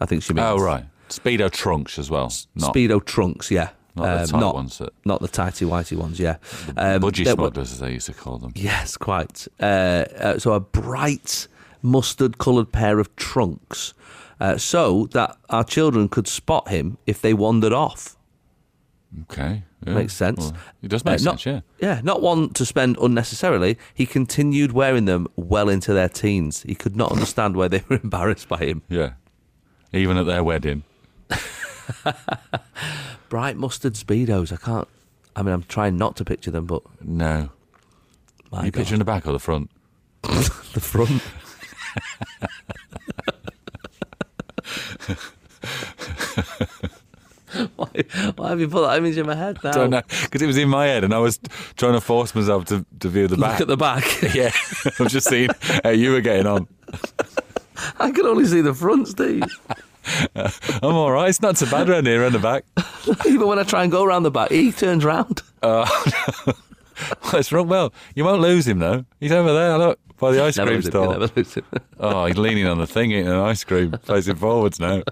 C: I think she means.
D: Oh right, speedo trunks as well. Not
C: Speedo trunks, yeah. Um,
D: Not the tight ones that-
C: Not the tighty whitey ones, yeah. Um,
D: budgie
C: that were-
D: smugglers as they used to call them.
C: Yes, quite. Uh, uh, so a bright mustard coloured pair of trunks, uh, so that our children could spot him if they wandered off.
D: Okay, yeah.
C: Makes sense.
D: Well, it does make
C: Uh, not,
D: sense. Yeah.
C: not one to spend unnecessarily. He continued wearing them well into their teens. He could not understand why they were embarrassed by him.
D: Yeah. Even at their wedding.
C: Bright mustard speedos. I can't. I mean, I'm trying not to picture them, but
D: No.
C: my
D: Are you
C: God,
D: picturing the back or the front?
C: the front. why, why have you put that image in my head now?
D: don't know because it was in my head, and I was trying to force myself to, to view the back.
C: Look at the back.
D: yeah, I'm just seeing how you were getting on.
C: I can only see the front, Steve.
D: I'm all right. It's not so bad around here around the back.
C: Even when I try and go around the back, he turns round.
D: What's wrong? Well, you won't lose him though. He's over there. Look by the ice
C: Never
D: cream
C: lose him, you
D: store.
C: never lose him.
D: Oh, he's leaning on the thing, eating an ice cream, facing forwards now.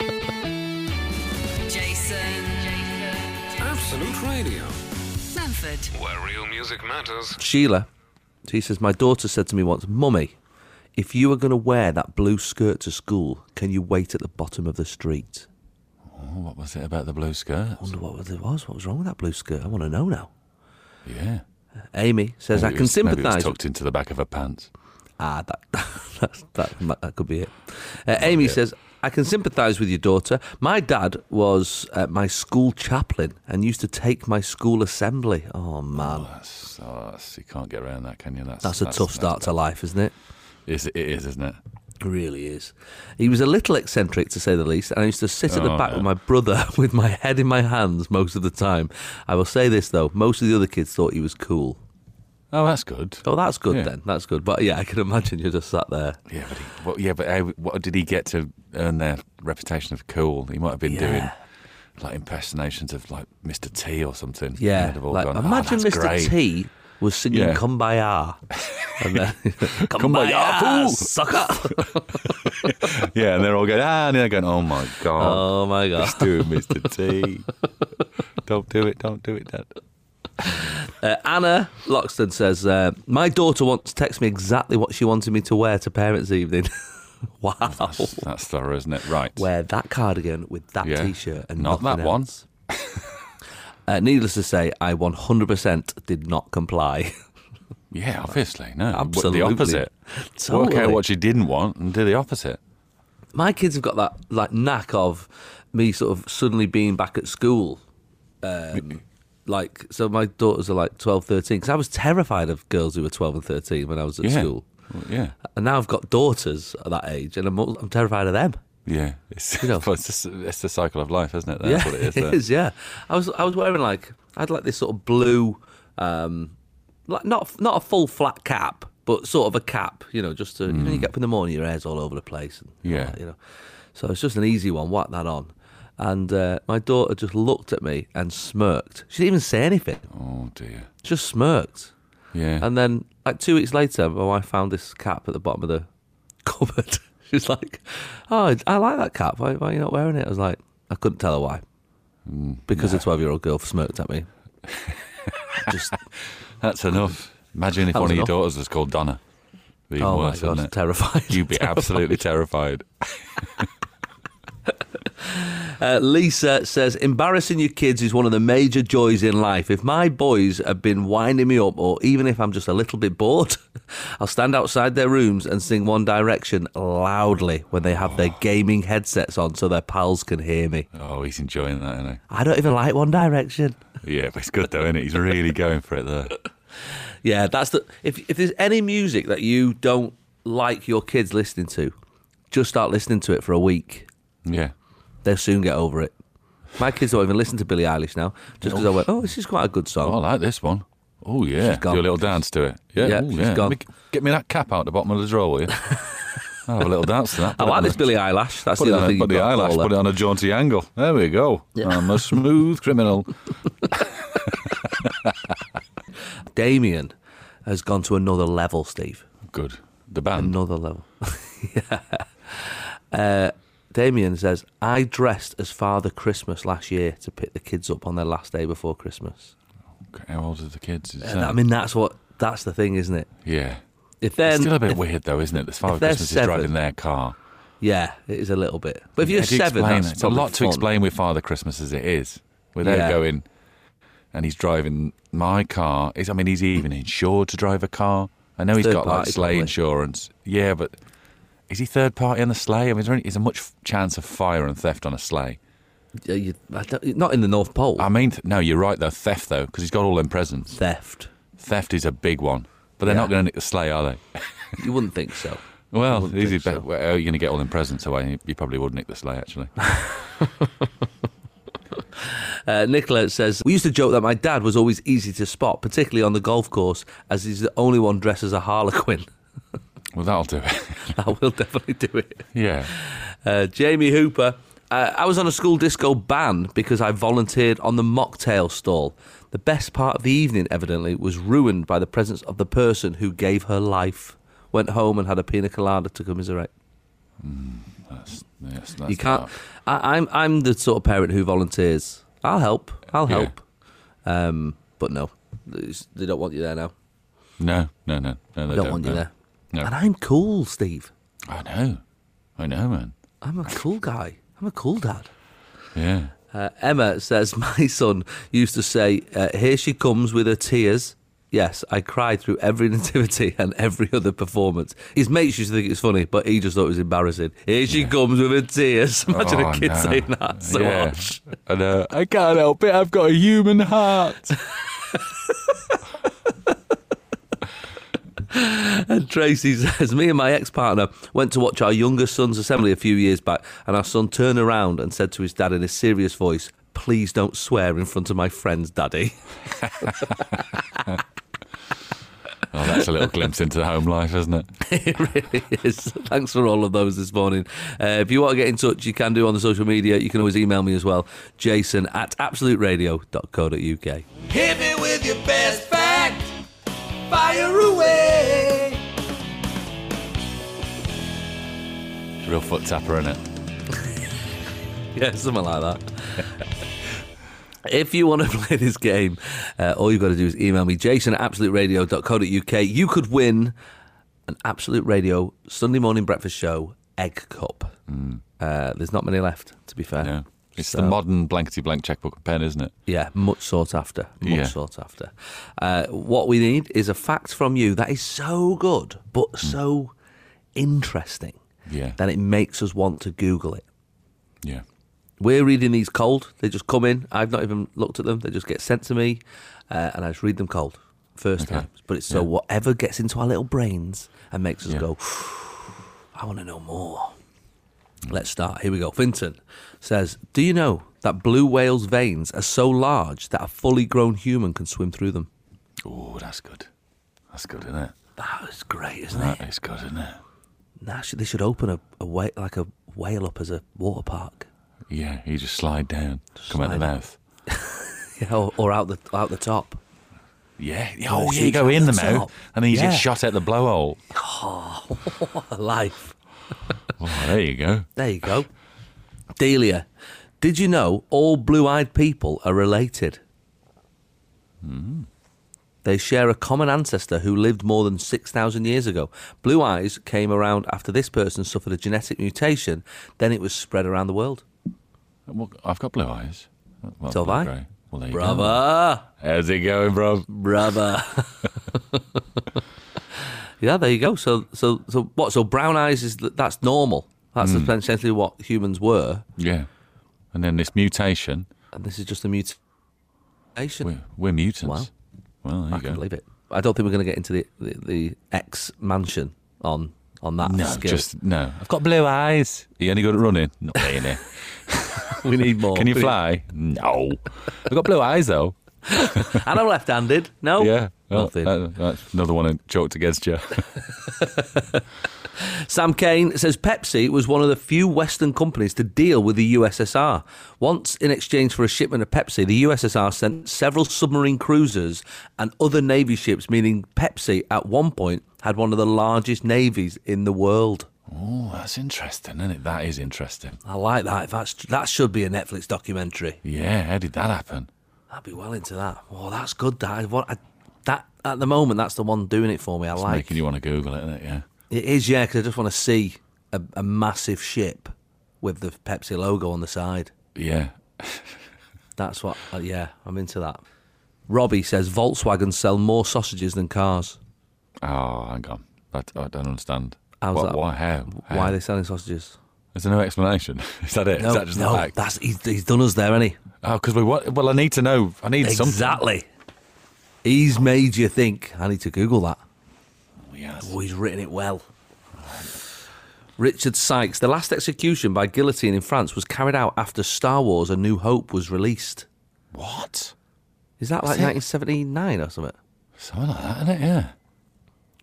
A: Jason. Jason.
B: Absolute Radio,
E: Manford.
B: where real music matters.
C: Sheila, she says, My daughter said to me once, Mummy, if you are going to wear that blue skirt to school, can you wait at the bottom of the street?
D: Oh, what was it about the blue skirt?
C: I wonder what was- it was. What was wrong with that blue skirt? I want to know now.
D: Yeah,
C: Amy says, I
D: Maybe it
C: can
D: was- maybe it was
C: sympathise.
D: tucked into the back of her pants.
C: Ah, that, that's, that, that, could be it. Uh, Amy says, I can sympathise with your daughter. My dad was uh, my school chaplain and used to take my school assembly. Oh, man.
D: That's, oh, that's, you can't get around that, can you? That's,
C: that's a tough start to life, isn't it?
D: Is, it is, isn't it?
C: really is. He was a little eccentric, to say the least, and I used to sit at the
D: Oh,
C: back
D: yeah.
C: with my brother with my head in my hands most of the time. I will say this, though, most of the other kids thought he was cool.
D: Oh, that's good.
C: Oh, that's good
D: Yeah.
C: then. That's good. But yeah, I can imagine you just sat there.
D: Yeah, but he, what, yeah, but how, what did he get to earn their reputation of cool? He might have been doing
C: Yeah.
D: like impersonations of like Mr. T or something. And
C: Yeah.
D: they'd have all
C: Like,
D: gone, "Oh,
C: imagine
D: that's
C: Mr.
D: great."
C: T was singing
D: Yeah.
C: Kumbaya. And then,
D: Kumbaya, fool!"
C: sucker.
D: Yeah, and they're all going, ah, and they're going, oh my god,
C: Oh my God.
D: he's doing Mr. T. don't do it, don't do it, Dad.
C: Uh, Anna Loxton says, uh, My daughter once texted me exactly what she wanted me to wear to parents' evening. wow.
D: That's, that's thorough, isn't it? Right.
C: wear that cardigan with that
D: Yeah.
C: t-shirt and
D: Not
C: nothing
D: that one.
C: else. uh, needless to say, I 100% did not comply.
D: yeah, obviously, no,
C: Absolutely.
D: the opposite. Work
C: Totally.
D: out what you didn't want and do the opposite.
C: My kids have got that like knack of me sort of suddenly being back at school. Um, like, so my daughters are like 12, 13, because I was terrified of girls who were 12 and 13 when I was at
D: Yeah.
C: school.
D: Well, yeah,
C: And now I've got daughters at that age, and I'm, al- I'm terrified of them.
D: yeah. It's,
C: know.
D: well, it's, just, it's the cycle of life, isn't it? That's
C: yeah,
D: what it is.
C: It
D: isn't
C: is. Yeah, I was I was wearing like I had like this sort of blue, um, like not not a full flat cap, but sort of a cap. You know, just to you know you get up in the morning, your hair's all over the place. And all
D: Mm. Yeah.
C: that, you know, so it's just an easy one. Whack that on. And uh, my daughter just looked at me and smirked. She didn't even say anything.
D: Oh dear.
C: Just smirked.
D: Yeah.
C: And then, like two weeks later, my wife found this cap at the bottom of the cupboard. She's like, "Oh, I like that cap. Why, why are you not wearing it?" I was like, "I couldn't tell her why."
D: Mm.
C: Because a twelve-year-old girl smirked at me. Just
D: That's enough. Imagine if
C: That was
D: one of your
C: enough.
D: daughters was called Donna. Be
C: oh
D: worse,
C: my
D: wouldn't
C: god,
D: it?
C: terrified.
D: You'd be absolutely terrified.
C: Uh, Lisa says, embarrassing your kids is one of the major joys in life. If my boys have been winding me up, or even if I'm just a little bit bored, I'll stand outside their rooms and sing One Direction loudly when they have their gaming headsets on so their pals can hear me.
D: Oh, he's enjoying that, isn't
C: I don't even like One Direction.
D: he? Yeah, but it's good though, isn't it? He's really going for it there.
C: Yeah, that's the. If, if there's any music that you don't like your kids listening to, just start listening to it for a week.
D: Yeah.
C: They'll soon get over it. My kids don't even listen to Billie Eilish now, just because I went, oh, this is quite a good song.
D: Oh, I like this one. Oh yeah,
C: gone.
D: do a little dance to it. Yeah,
C: Yeah,
D: Ooh,
C: she's
D: yeah.
C: gone.
D: Let me- get me that cap out the bottom of the drawer, will you? I'll have a little dance to that.
C: I
D: Put it
C: like
D: on
C: this
D: the-
C: Billy Eyelash. That's
D: Put
C: the
D: it
C: other
D: on,
C: thing.
D: put the
C: you've got to
D: eyelash,
C: call
D: put it
C: her.
D: on a jaunty angle. There we go. I'm a smooth criminal.
C: Damien has gone to another level, Steve.
D: Good. The band.
C: Another level. yeah. Uh, Damien says, I dressed as Father Christmas last year to pick the kids up on their last day before Christmas.
D: Okay, How old are the kids? Is
C: And Uh, I mean, that's what that's the thing, isn't it?
D: yeah.
C: If then,
D: It's still a bit weird though, isn't it? This Father
C: if they're
D: Christmas is
C: seven-
D: driving their car.
C: yeah, it is a little bit. But if you're
D: How do you
C: seven,
D: explain
C: that's
D: it? it's a lot to
C: probably fun.
D: explain with Father Christmas as it is. We're there
C: Yeah.
D: going, and he's driving my car. Is I mean, he's even insured to drive a car. I know he's
C: Third
D: got like
C: party,
D: sleigh
C: probably.
D: insurance. Yeah, but is he third party on the sleigh? I mean, is there, any, is there much chance of fire and theft on a sleigh?
C: Yeah, you- I don't- Not in the North Pole.
D: I mean, th- no, you're right though. Theft though, because he's got all them presents.
C: Theft.
D: Theft is a big one, but they're
C: Yeah.
D: not going to nick the sleigh, are they?
C: You wouldn't think so.
D: Well, easy.
C: think so.
D: bet well, you're going to get all them presents away. You probably would nick the sleigh actually.
C: Uh, Nicola says, We used to joke that my dad was always easy to spot, particularly on the golf course, as he's the only one dressed as a harlequin.
D: well, that'll do it.
C: that will definitely do it.
D: yeah.
C: Uh, Jamie Hooper, uh, I was on a school disco ban because I volunteered on the mocktail stall. The best part of the evening, evidently, was ruined by the presence of the person who gave her life. Went home and had a pina colada to commiserate.
D: That's, yes, that's
C: you can't.
D: dark.
C: I, I'm I'm the sort of parent who volunteers. I'll help. I'll
D: Yeah.
C: help. Um, but no, It's- they don't want you there now.
D: No, no, no, no. They
C: don't, want you there.
D: No.
C: And I'm cool, Steve.
D: I know, I know, man.
C: I'm a cool guy. I'm a cool dad.
D: Yeah.
C: Uh, Emma says, My son used to say, uh, Here she comes with her tears. Yes, I cried through every nativity and every other performance. His mates used to think it's funny, but he just thought it was embarrassing. Here she comes with her tears. Imagine
D: Oh,
C: a kid
D: no.
C: saying that. So
D: Yeah.
C: much.
D: I know. I can't help it. I've got a human heart.
C: And Tracy says, Me and my ex partner went to watch our youngest son's assembly a few years back, and our son turned around and said to his dad in a serious voice, Please don't swear in front of my friends, daddy.
D: Oh, that's a little glimpse into home life, isn't it?
C: it really is. Thanks for all of those this morning. Uh, if you want to get in touch, you can do on the social media. You can always email me as well, jason at absoluteradio.co.uk.
F: Hit me with your best fact. Fire away.
D: It's a real foot tapper, isn't it?
C: Yeah, something like that. If you want to play this game, uh, all you've got to do is email me, jason at absoluteradio.co.uk. You could win an Absolute Radio Sunday morning breakfast show egg cup. Uh, there's not many left, to be fair.
D: Hmm. No. It's
C: So-
D: the modern blankety blank checkbook and pen, isn't it?
C: Yeah, much sought after. Much
D: Yeah.
C: sought after. Uh, what we need is a fact from you that is so good, but so interesting
D: Mm. Yeah.
C: that it makes us want to Google it.
D: Yeah.
C: We're reading these cold. They just come in. I've not even looked at them. They just get sent to me, uh, and I just read them cold first time. But it's so whatever gets into our little brains and makes us
D: Yeah.
C: go, I want to know more. Let's start. Here we go. Finton says, Do you know that blue whale's veins are so large that a fully grown human can swim through them?
D: Oh, that's good. That's good, isn't it?
C: That is great, isn't it?
D: That is good, isn't it?
C: Nah, should- they should open a, a whale, like a whale up as a water park.
D: Yeah, you just slide down, come out the
C: slide.
D: mouth.
C: Yeah, or, or out the out the top.
D: Yeah.
C: Oh,
D: Oh, yeah,
C: it's
D: you go
C: out
D: in
C: the
D: the mouth,
C: top.
D: and then you
C: Yeah.
D: get shot at the blowhole.
C: What a life.
D: Oh, there you go.
C: There you go. Delia, did you know all blue eyed people are related? Hmm. They share a common ancestor who lived more than 6,000 years ago. Blue eyes came around after this person suffered a genetic mutation, then it was spread around the world.
D: Well, I've got blue eyes. Well,
C: So have
D: blue
C: I.
D: grey. Well, there you go.
C: Brother!
D: How's it going, bro?
C: Brother! yeah, there you go. So, so, so what? So, brown eyes is th- that's normal. That's essentially what humans were,
D: Yeah. And then this mutation.
C: and this is just a mutation.
D: We're, we're mutants. Well, there you
C: I
D: go.
C: can believe it. I don't think we're going to get into the the, the X mansion on on that.
D: no,
C: skill.
D: just no. I've got blue eyes. Are you any good at running? Not really. no.
C: we need more.
D: Can you
C: We need-
D: fly? No. I've got blue eyes though.
C: And I'm left-handed. No,
D: Yeah. Well, uh,
C: nothing.
D: that- that's another one that joked against you.
C: Sam Kane says Pepsi was one of the few Western companies to deal with the USSR. Once, in exchange for a shipment of Pepsi, the USSR sent several submarine cruisers and other navy ships. Meaning, Pepsi at one point had one of the largest navies in the world.
D: oh, that's interesting, isn't it? That is interesting.
C: I like that. That's that should be a Netflix documentary.
D: Yeah. How did that happen?
C: I'd be well into that. Oh, that's good. That is what I, that at the moment. That's the one doing it for me. I like
D: Making you want to Google it, isn't it? Yeah.
C: it is yeah because I just want to see a, a massive ship with the Pepsi logo on the side.
D: Yeah.
C: That's what. Uh, yeah, I'm into that. Robbie says Volkswagen sell more sausages than cars.
D: Oh, hang on. That, I don't understand.
C: How's
D: What-
C: that?
D: Why? How?
C: Why
D: How?
C: are they selling sausages?
D: Is there no explanation? Is that it? Is that just
C: no,
D: the fact?
C: that's he's, he's done us there, hasn't he?
D: Oh, because we want. Well, I need to know. I need something.
C: Exactly. He's made you think. I need to Google that.
D: Yes.
C: Oh, he's written it well. Richard Sykes. The last execution by guillotine in France was carried out after Star Wars A New Hope was released.
D: What?
C: Is that like
D: it?
C: 1979 or something?
D: Something like that, isn't it? Yeah.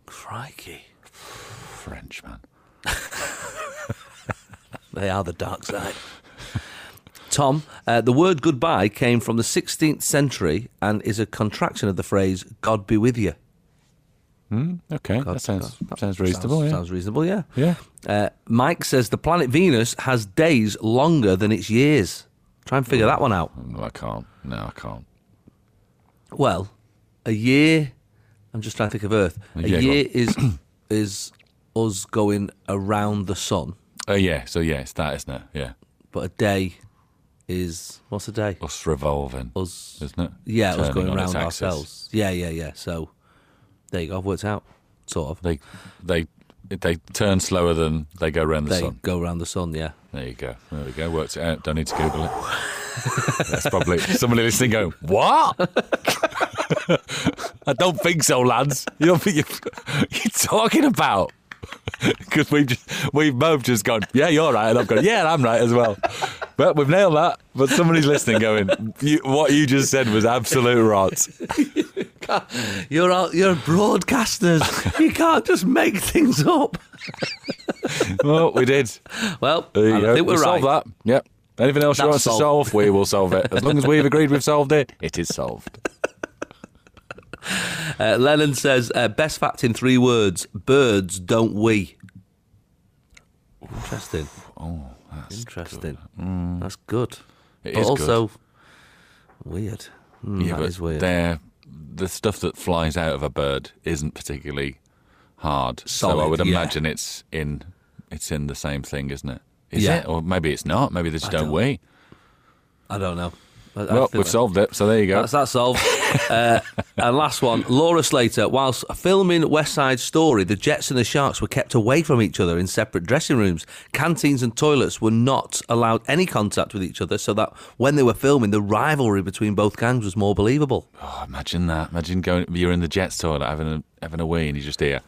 C: Crikey.
D: French man.
C: They are the dark side. Tom, uh, the word goodbye came from the 16th century and is a contraction of the phrase God be with you.
D: Okay, that sounds sounds reasonable.
C: Sounds,
D: yeah.
C: sounds reasonable, yeah.
D: Yeah.
C: Uh, Mike says the planet Venus has days longer than its years. Try and figure that one out.
D: No, I can't. No, I can't.
C: Well, a year. I'm just trying to think of Earth. A
D: Oh, Yeah, go
C: year is is us going around the sun,
D: Oh yeah. So yeah, it's that, isn't it? Yeah.
C: but a day is what's a day?
D: Us revolving,
C: Us,
D: isn't it?
C: yeah, us
D: Turning
C: going
D: on its
C: around
D: axis.
C: ourselves. Yeah, yeah, yeah. So there you go. I've worked out, sort of.
D: They they they turn slower than they go around the
C: They
D: sun.
C: go around the sun. Yeah.
D: There you go. There we go. Works it out. Don't need to Google it. That's probably somebody listening going, What? I don't think so, lads. You don't think you're, you're talking about? Because we've, just- we've both just gone, Yeah, you're right. And I've gone, Yeah, I'm right as well. But we've nailed that. But somebody's listening going, you, What you just said was absolute rot.
C: You're all, you're broadcasters. you can't just make things up.
D: Well, we did.
C: Well,
D: There you
C: I
D: go.
C: think we're
D: we
C: right.
D: solved that. Yep. Anything else you
C: That's
D: want us to
C: solved.
D: solve, we will solve it. As long as we've agreed we've solved it, it is solved.
C: Uh, Lennon says uh, best fact in three words: birds don't wee. Interesting.
D: Oh, that's Mm.
C: Interesting. That's good.
D: It
C: but
D: is good.
C: also weird. Mm, that is weird.
D: They're, the stuff that flies out of a bird isn't particularly hard. so I
C: Solid,
D: would
C: yeah.
D: imagine it's in it's in the same thing, isn't it? Is
C: Yeah.
D: it? Or maybe it's not. Maybe they just don't,
C: don't-
D: weigh.
C: I don't know. I- I
D: Well,
C: think
D: we've
C: that-
D: solved it. So there you go.
C: That's that solved. uh, and last one, Laura Slater. Whilst filming West Side Story, the Jets and the Sharks were kept away from each other in separate dressing rooms. Canteens and toilets were not allowed any contact with each other, so that when they were filming, the rivalry between both gangs was more believable.
D: oh, imagine that. Imagine going. You're in the Jets toilet having a having a wee, and you just hear.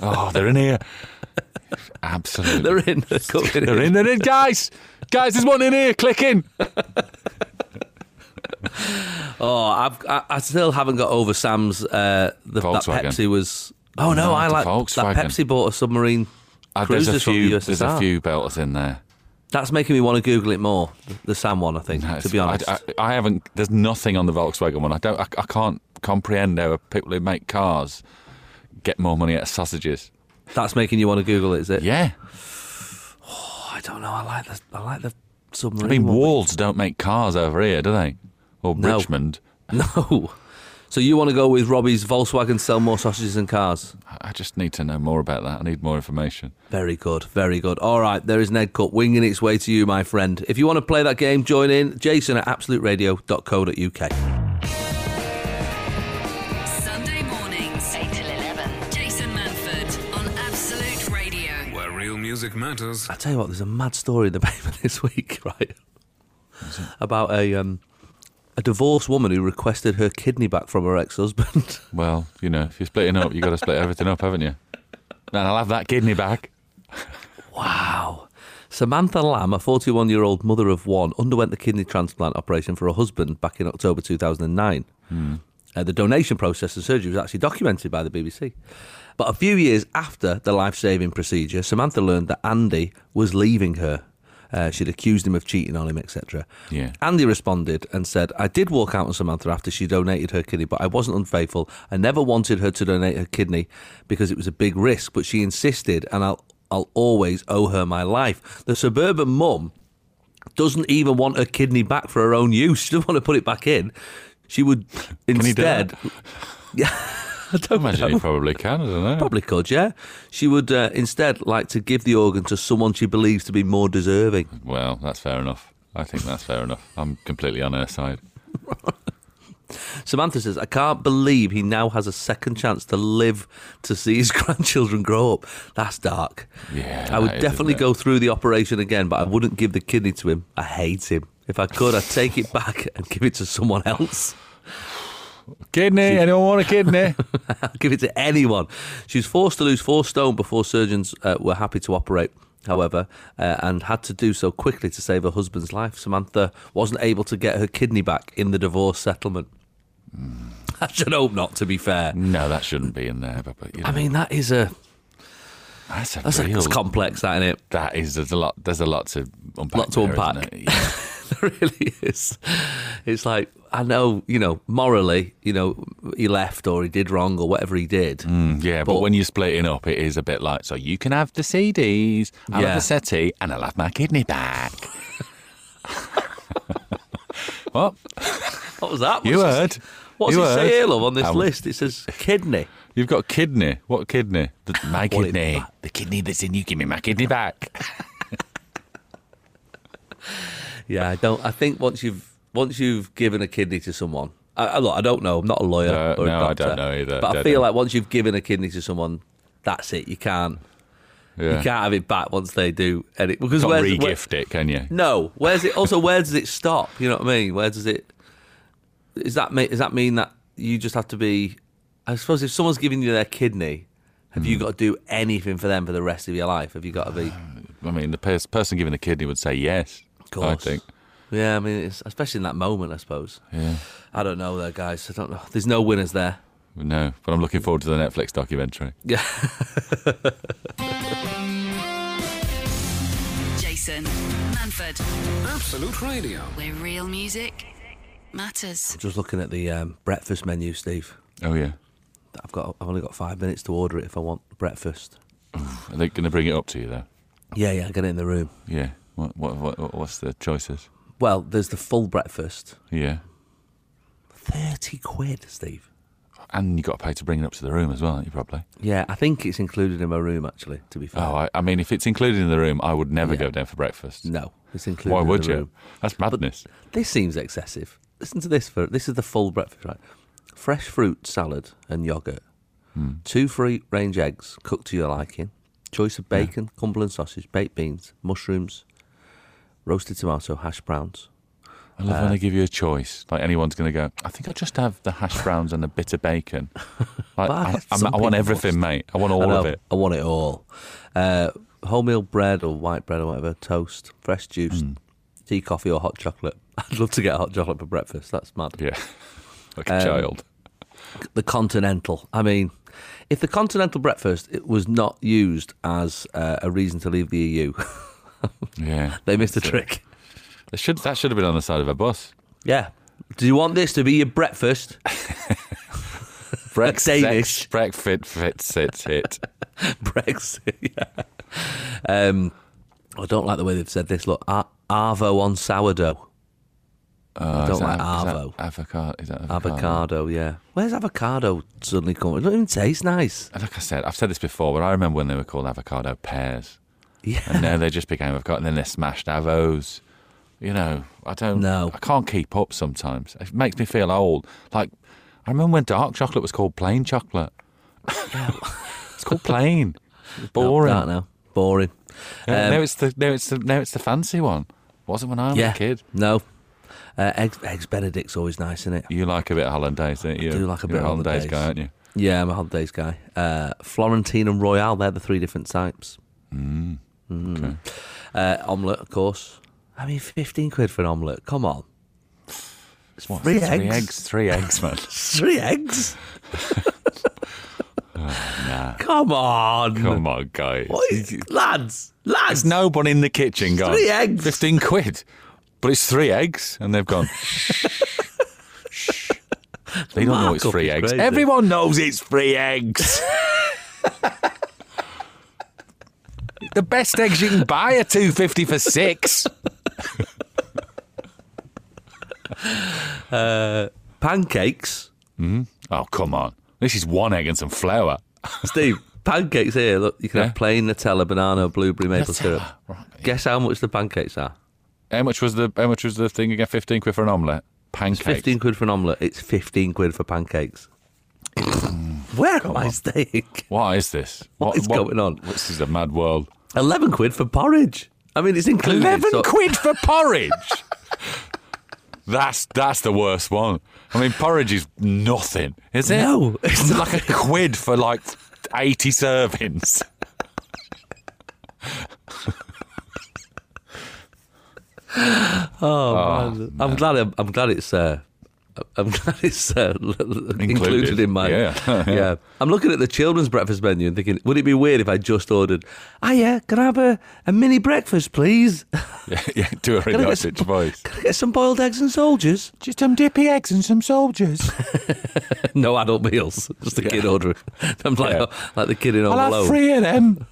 D: oh, they're in here. Absolutely.
C: They're in. They're coming
D: They're in. They're in, guys. Guys, there's one in here. Click in.
C: Oh, I've, I, I still haven't got over Sam's. Uh, the, that
D: Volkswagen.
C: Pepsi was. Oh no,
D: No,
C: I
D: the
C: like
D: Volkswagen.
C: that Pepsi bought a submarine.
D: Uh, there's a
C: Cruises from the
D: few. There's a
C: USSR.
D: few belters in there.
C: That's making me want to Google it more. The, the Sam one, I think.
D: No,
C: to
D: it's-
C: be honest,
D: I, I, I haven't. There's nothing on the Volkswagen one. I don't. I, I can't comprehend how people who make cars get more money out of sausages.
C: That's making you want to Google it, is it?
D: Yeah.
C: Oh, I don't know. I like the I like the submarine.
D: I mean,
C: one.
D: Walds don't make cars over here, do they? Or
C: No.
D: Richmond.
C: No. So you want to go with Robbie's Volkswagen sell more sausages and cars?
D: I- I just need to know more about that. I need more information.
C: Very good, very good. All right, there is Ned Cup winging its way to you, my friend. If you want to play that game, join in. Jason at absoluteradio.co.uk.
A: Sunday mornings,
E: 8 till 11.
A: Jason Manford on Absolute Radio.
B: Where real music matters.
C: I tell you what, there's a mad story in the paper this week, right? About a um, a divorced woman who requested her kidney back from her ex-husband.
D: Well, you know, if you're splitting up, you've got to split everything up, haven't you? And I'll have that kidney back.
C: Wow. Samantha Lamb, a 41 year old mother of one, underwent the kidney transplant operation for her husband back in October 2009. Uh, the donation process and surgery was actually documented by the BBC. But a few years after the life saving procedure, Samantha learned that Andy was leaving her. Uh, she'd accused him of cheating on him, etc.
D: Yeah.
C: Andy responded and said, I did walk out on Samantha after she donated her kidney, but I wasn't unfaithful. I never wanted her to donate her kidney because it was a big risk, but she insisted, and I'll, I'll always owe her my life. The suburban mum doesn't even want her kidney back for her own use. She doesn't want to put it back in. She would
D: he do
C: instead.
D: that?
C: Yeah, I don't
D: Imagine you probably can, I don't know.
C: Probably could, yeah. She would uh, instead like to give the organ to someone she believes to be more deserving.
D: Well, that's fair enough. I think that's fair enough. I'm completely on her side.
C: Samantha says, I can't believe he now has a second chance to live to see his grandchildren grow up. That's dark.
D: Yeah,
C: I would
D: that is,
C: definitely
D: isn't it?
C: go through the operation again, but I wouldn't give the kidney to him. I hate him. If I could, I'd take it back and give it to someone else.
D: Kidney, anyone want a kidney?
C: I'll give it to anyone. She was forced to lose four stone before surgeons uh, were happy to operate. However, uh, and had to do so quickly to save her husband's life. Samantha wasn't able to get her kidney back in the divorce settlement. I should hope not. To be fair,
D: no, that shouldn't be in there. But, but you know,
C: I mean that is a
D: that's a
C: that's, a,
D: real.
C: that's complex, that isn't it?
D: that is there's a lot. There's a lot to unpack.
C: Lot to
D: there, isn't
C: unpack.
D: it? Yeah.
C: There really is. It's like I know, you know, morally, you know, he left or he did wrong or whatever he did.
D: Yeah, but,
C: But-
D: when you're splitting up, it is a bit like so you can have the CDs, I'll
C: Yeah.
D: have the settee, and I'll have my kidney back. what
C: What was that?
D: you
C: What's
D: heard?
C: It, what's
D: you
C: it say
D: heard?
C: here, love, on this
D: Um,
C: list? It says kidney.
D: You've got kidney. What kidney? The, my
C: What it-
D: kidney. the kidney that's in you. Give me my kidney back.
C: Yeah, I don't. I think once you've once you've given a kidney to someone, I, I, look, I don't know. I'm not a lawyer.
D: No,
C: or a
D: no, I
C: doctor,
D: don't know either.
C: But I
D: Don't
C: feel
D: know.
C: like once you've given a kidney to someone, that's it. You can't. You
D: Yeah.
C: can't have it back once they do. And it, because
D: Can't
C: where's, where-
D: re-gift it, can you?
C: no, where's it? Also, where does it stop? You know what I mean? Where does it? Is that ma- does that mean that you just have to be? I suppose if someone's giving you their kidney, have
D: Hmm.
C: you got to do anything for them for the rest of your life? Have you got to be?
D: I mean, the pers- person giving the kidney would say yes.
C: Of course.
D: I think.
C: Yeah, I mean, it's, especially in that moment, I suppose.
D: Yeah.
C: I don't know, though, guys. I don't know. There's no winners there.
D: No, but I'm looking forward to the Netflix documentary.
C: Yeah.
E: Jason Manford,
B: Absolute Radio.
E: where real music matters.
C: Just looking at the um, breakfast menu, Steve.
D: Oh yeah.
C: I've got. I've only got five minutes to order it if I want breakfast.
D: Are they going to bring it up to you though?
C: Yeah, yeah. Get it in the room.
D: Yeah. What, what, what, what- what's the choices?
C: Well, there's the full breakfast.
D: Yeah.
C: Thirty quid, Steve.
D: And you got to pay to bring it up to the room as well, aren't you probably?
C: Yeah, I think it's included in my room. Actually, to be fair.
D: Oh, I, I mean, if it's included in the room, I would never
C: Yeah.
D: go down for breakfast.
C: no, it's included.
D: Why
C: in
D: would
C: the
D: you?
C: Room.
D: That's madness.
C: This seems excessive. Listen to this. For this is the full breakfast, right? Fresh fruit salad and yogurt,
D: Hmm.
C: two free range eggs cooked to your liking, choice of bacon, Cumberland sausage, baked beans, mushrooms, roasted tomato, hash browns.
D: I love when they give you a choice. Like anyone's going to go, I think I'll just have the hash browns and the bitter bacon. Like, I,
C: guess
D: I'm-
C: some
D: I want
C: people
D: everything,
C: must.
D: mate. I want
C: I
D: all of
C: know,
D: it.
C: I want it all. Uh, wholemeal bread or white bread or whatever, toast, fresh juice,
D: Hmm.
C: tea, coffee, or hot chocolate. I'd love to get hot chocolate for breakfast. That's mad.
D: Yeah. like a child.
C: the continental. I mean, if the continental breakfast it was not used as uh, a reason to leave the EU,
D: Yeah.
C: they missed a
D: That's it.
C: trick.
D: They should, that should have been on the side of a bus.
C: Yeah. Do you want this to be your breakfast?
D: Brexit.
C: Danish.
D: Brexit. Fit. Sit. Hit.
C: Brexit. Yeah. Um, I don't like the way they've said this. Look, Ar- Arvo on sourdough.
D: Oh,
C: don't
D: is that-
C: like
D: is that
C: Arvo.
D: Avocado. Is that avocado?
C: Avocado, yeah. Where's avocado suddenly come? It doesn't even taste nice.
D: Like I said, I've said this before, but I remember when they were called avocado pears,
C: Yeah.
D: and now they just became avocado, and then they're smashed avos. You know, I don't.
C: No.
D: I can't keep up sometimes. It makes me feel old. Like I remember when dark chocolate was called plain chocolate. it's called plain. It's boring.
C: Right now. Boring.
D: Yeah,
C: Um,
D: now it's the now it's the now it's the fancy one. Wasn't when I was
C: yeah.
D: a kid.
C: No. Uh, eggs, eggs Benedict's always nice, isn't it?
D: You like a bit of hollandaise, don't you?
C: do like a
D: You're
C: bit of
D: hollandaise guy,
C: hollandaise.
D: aren't you?
C: Yeah, I'm a holidays guy. Uh, Florentine and Royale, they're the three different types. Mm. Uh, omelette, of course. I mean, 15 quid for an omelette. Come on. It's
D: What,
C: three,
D: Three
C: eggs.
D: eggs. Three eggs, man.
C: Three eggs? Come on.
D: Oh, Come on, guys.
C: What is, lads, lads.
D: There's no one in the kitchen, guys.
C: three eggs.
D: Fifteen quid, but it's three eggs, and they've gone. Shh. They don't know it's
C: Markup
D: free
C: is
D: eggs.
C: crazy.
D: Everyone knows it's free eggs. the best eggs you can buy are two fifty for six.
C: Pancakes.
D: Oh come on! This is one egg and some flour.
C: Steve, pancakes here. Look, you can
D: Yeah.
C: have plain Nutella, banana, or blueberry maple syrup.
D: Right.
C: Guess how much the pancakes are?
D: How much was the How much was the thing again? Fifteen quid for an omelette. Pancakes.
C: 15 quid for an omelette. It's 15 quid for pancakes. Where am I staying?
D: What is this?
C: What is going on?
D: This is a mad world.
C: 11 quid for porridge. I mean, it's included.
D: Eleven
C: so-
D: quid for porridge. that's that's the worst one. I mean, porridge is nothing, is it?
C: No, it's
D: it's like a quid for like eighty servings. Ah,
C: Oh, man. I'm glad. I'm, I'm glad it's. Uh, I'm glad it's uh, included. included in mine.
D: Yeah.
C: yeah. I'm looking at the children's breakfast menu and thinking, would it be weird if I just ordered, ah, yeah, can I have a, a mini breakfast, please?
D: yeah, yeah, do a
C: I get
D: Ringo
C: some-
D: Sitch voice.
C: Can I get some boiled eggs and soldiers?
D: Just some dippy eggs and some soldiers.
C: no adult meals. Just the kid ordering. I'm like,
D: Yeah.
C: like the kid in Home
D: I'll
C: Alone.
D: have three of them.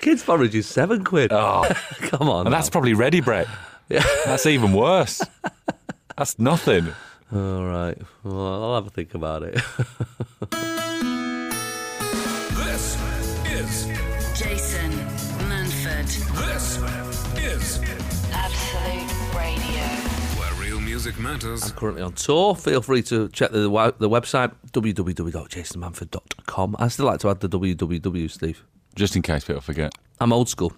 C: Kids' porridge is seven quid.
D: Oh,
C: Come on.
D: and that's
C: now.
D: probably ready bread. That's even worse. That's nothing.
C: All right. Well, I'll have a think about it.
B: This is
E: Jason Manford.
B: this is
E: Absolute Radio.
B: where real music matters.
C: currently on tour. Feel free to check the, the website www.jasonmanford.com. I still like to add the www, Steve.
D: Just in case people forget.
C: I'm old school.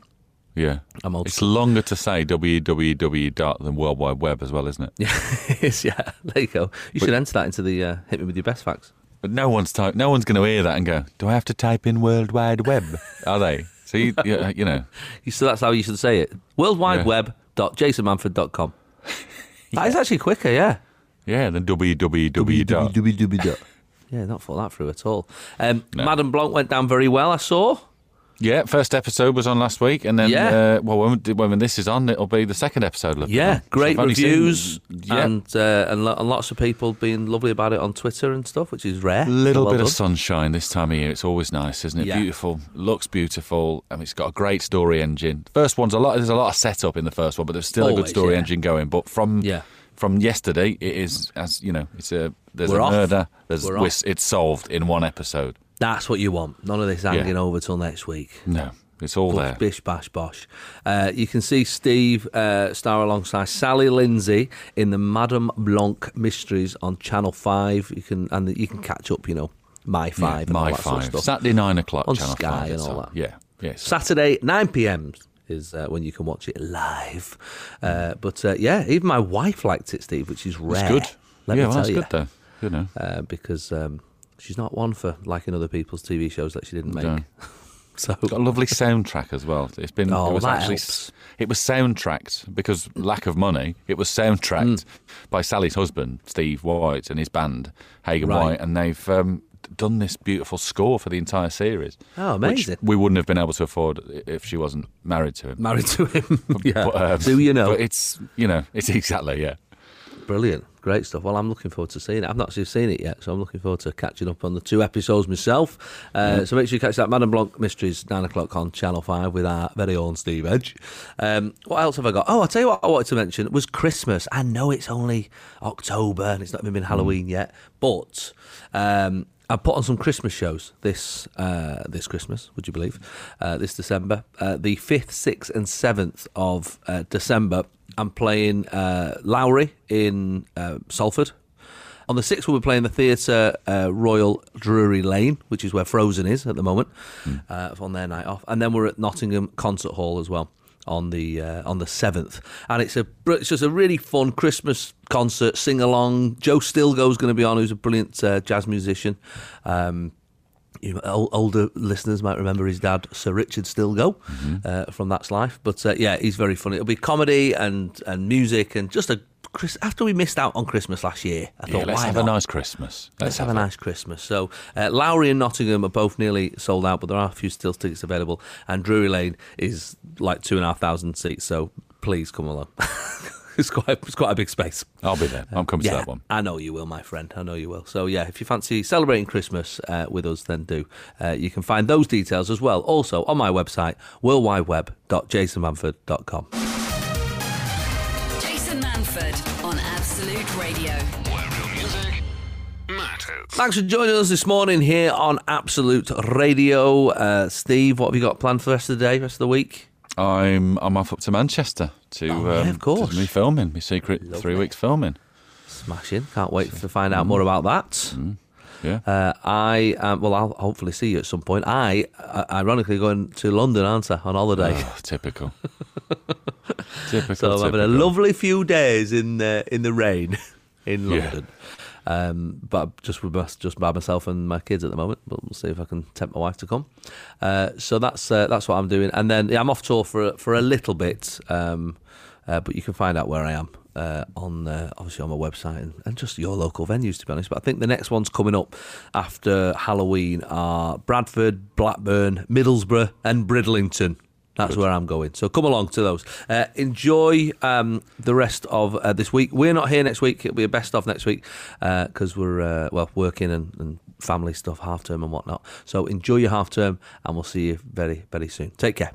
D: Yeah.
C: I'm old
D: It's
C: school.
D: longer to say www dot than World Wide Web as well, isn't it?
C: Yes, yeah, there you go. You should enter that into the uh, hit me with your best facts.
D: But no one's type. No one's going to hear that and go, "Do I have to type in World Wide Web?" Are they? So you, you, uh, you know,
C: You- So that's how you should say it.
D: Yeah.
C: Worldwideweb.jasonmanford.com. That is actually quicker, yeah.
D: yeah. Then www dot.
C: Yeah, not thought that through at all. Um,
D: No.
C: Madame Blanc went down very well, I saw.
D: Yeah, first episode was on last week, and then
C: Yeah.
D: uh, well, when, when this is on, it'll be the second episode. Of it.
C: Yeah,
D: So
C: great
D: I've only seen-
C: reviews
D: yeah,
C: and uh, and, lo- and lots of people being lovely about it on Twitter and stuff, which is rare.
D: little
C: Well
D: bit
C: done.
D: of sunshine this time of year. It's always nice, isn't it?
C: Yeah.
D: Beautiful, looks beautiful, and it's got a great story engine. First one's a lot. There's a lot of setup in the first one, but there's still a good
C: Always,
D: story
C: yeah.
D: engine going. But from
C: Yeah.
D: from yesterday, it is as you know, it's a there's
C: We're
D: a
C: off.
D: murder. There's
C: We're
D: we're-
C: off.
D: it's solved in one episode.
C: That's what you want. None of this hanging over till next week.
D: No, it's all there.
C: Bish bash bosh. Uh, you can see Steve uh, star alongside Sally Lindsay in the Madame Blanc mysteries on Channel Five. You can and you can catch up. You know, My
D: Yeah,
C: Five, and all
D: my
C: that sort of
D: five.
C: stuff.
D: Saturday nine o'clock
C: On
D: Channel
C: Sky
D: five,
C: and
D: it's
C: all
D: on.
C: that.
D: Yeah, yes.
C: Saturday, 9 p.m. is uh, when you can watch it live. Uh, but uh, yeah, even my wife liked it, Steve, which is rare.
D: it's good.
C: Let
D: yeah,
C: me
D: well,
C: tell
D: that's
C: you.
D: good though. You know,
C: Uh, because um, she's not one for liking other people's TV shows that she didn't make.
D: No.
C: so
D: got a lovely soundtrack as well. It's been
C: Oh,
D: it was
C: that
D: actually
C: helps.
D: it was soundtracked because lack of money. It was
C: Hmm.
D: soundtracked by Sally's husband Steve White and his band Hagen
C: Right.
D: White, and they've um, done this beautiful score for the entire series.
C: Oh,
D: which
C: amazing.
D: we wouldn't have been able to afford i- if she wasn't married to him.
C: Married to him. yeah.
D: But, um,
C: Do you know?
D: But it's you know it's exactly yeah.
C: Brilliant. Great stuff. Well, I'm looking forward to seeing it. I've not actually seen it yet, so I'm looking forward to catching up on the two episodes myself. Uh, So make sure you catch that Madame Blanc Mysteries, 9 o'clock on Channel 5 with our very own Steve Edge. Um, what else have I got? Oh, I'll tell you what I wanted to mention was Christmas. I know it's only October and it's not even been Halloween yet, but. Um, I put on some Christmas shows this uh, this Christmas. Would you believe? Uh, this December, uh, the fifth, sixth, and seventh of uh, December, I'm playing uh, Lowry in uh, Salford. On the sixth, we'll be playing the Theatre uh, Royal Drury Lane, which is where Frozen is at the moment, uh, on their night off, and then we're at Nottingham Concert Hall as well on the uh, on the seventh, and it's a br- it's just a really fun Christmas concert sing along. Joe Stilgo's going to be on, who's a brilliant uh, jazz musician. Um, you know, ol- older listeners might remember his dad, Sir Richard Stilgo,
D: Mm-hmm.
C: uh, from That's Life. But uh, yeah, he's very funny. It'll be comedy and and music and just a Chris. After we missed out on Christmas last year, I
D: Yeah,
C: thought,
D: let's
C: why
D: have
C: not?
D: a nice Christmas.
C: Let's have a nice Christmas. So, uh, Lowry and Nottingham are both nearly sold out, but there are a few still tickets available. And Drury Lane is like two and a half thousand seats. So, please come along. it's quite it's quite a big space.
D: I'll be there. I'm coming
C: yeah,
D: to that one.
C: I know you will, my friend. I know you will. So, yeah, if you fancy celebrating Christmas uh, with us, then do. Uh, you can find those details as well. Also on my website, worldwideweb.jasonmanford.com.
A: Jason Manford on Absolute Radio.
B: Where real music matters.
C: Thanks for joining us this morning here on Absolute Radio. Uh, Steve, what have you got planned for the rest of the day, rest of the week?
D: I'm I'm off up to Manchester to
C: Oh, yeah,
D: um,
C: of course.
D: to me filming my secret three weeks filming.
C: Smashing. Can't wait to find
D: Mm.
C: out more about that.
D: Yeah.
C: Uh, I um, well, I'll hopefully see you at some point. I uh, ironically going to London, aren't I, on holiday?
D: Oh, typical. typical.
C: so I'm having a
D: typical.
C: lovely few days in the in the rain in
D: Yeah.
C: London. Um, but I'm just with us- just by myself and my kids at the moment. But we'll see if I can tempt my wife to come. Uh, so that's uh, that's what I'm doing. And then yeah, I'm off tour for a- for a little bit. Um, uh, but you can find out where I am uh, on uh, obviously on my website and, and just your local venues to be honest. But I think the next ones coming up after Halloween are Bradford, Blackburn, Middlesbrough, and Bridlington. That's where I'm going. So come along to those. Uh, enjoy um, the rest of uh, this week. We're not here next week. It'll be a best of next week because we're uh, well working and, and family stuff, half term and whatnot. So enjoy your half term, and we'll see you very very soon. Take care.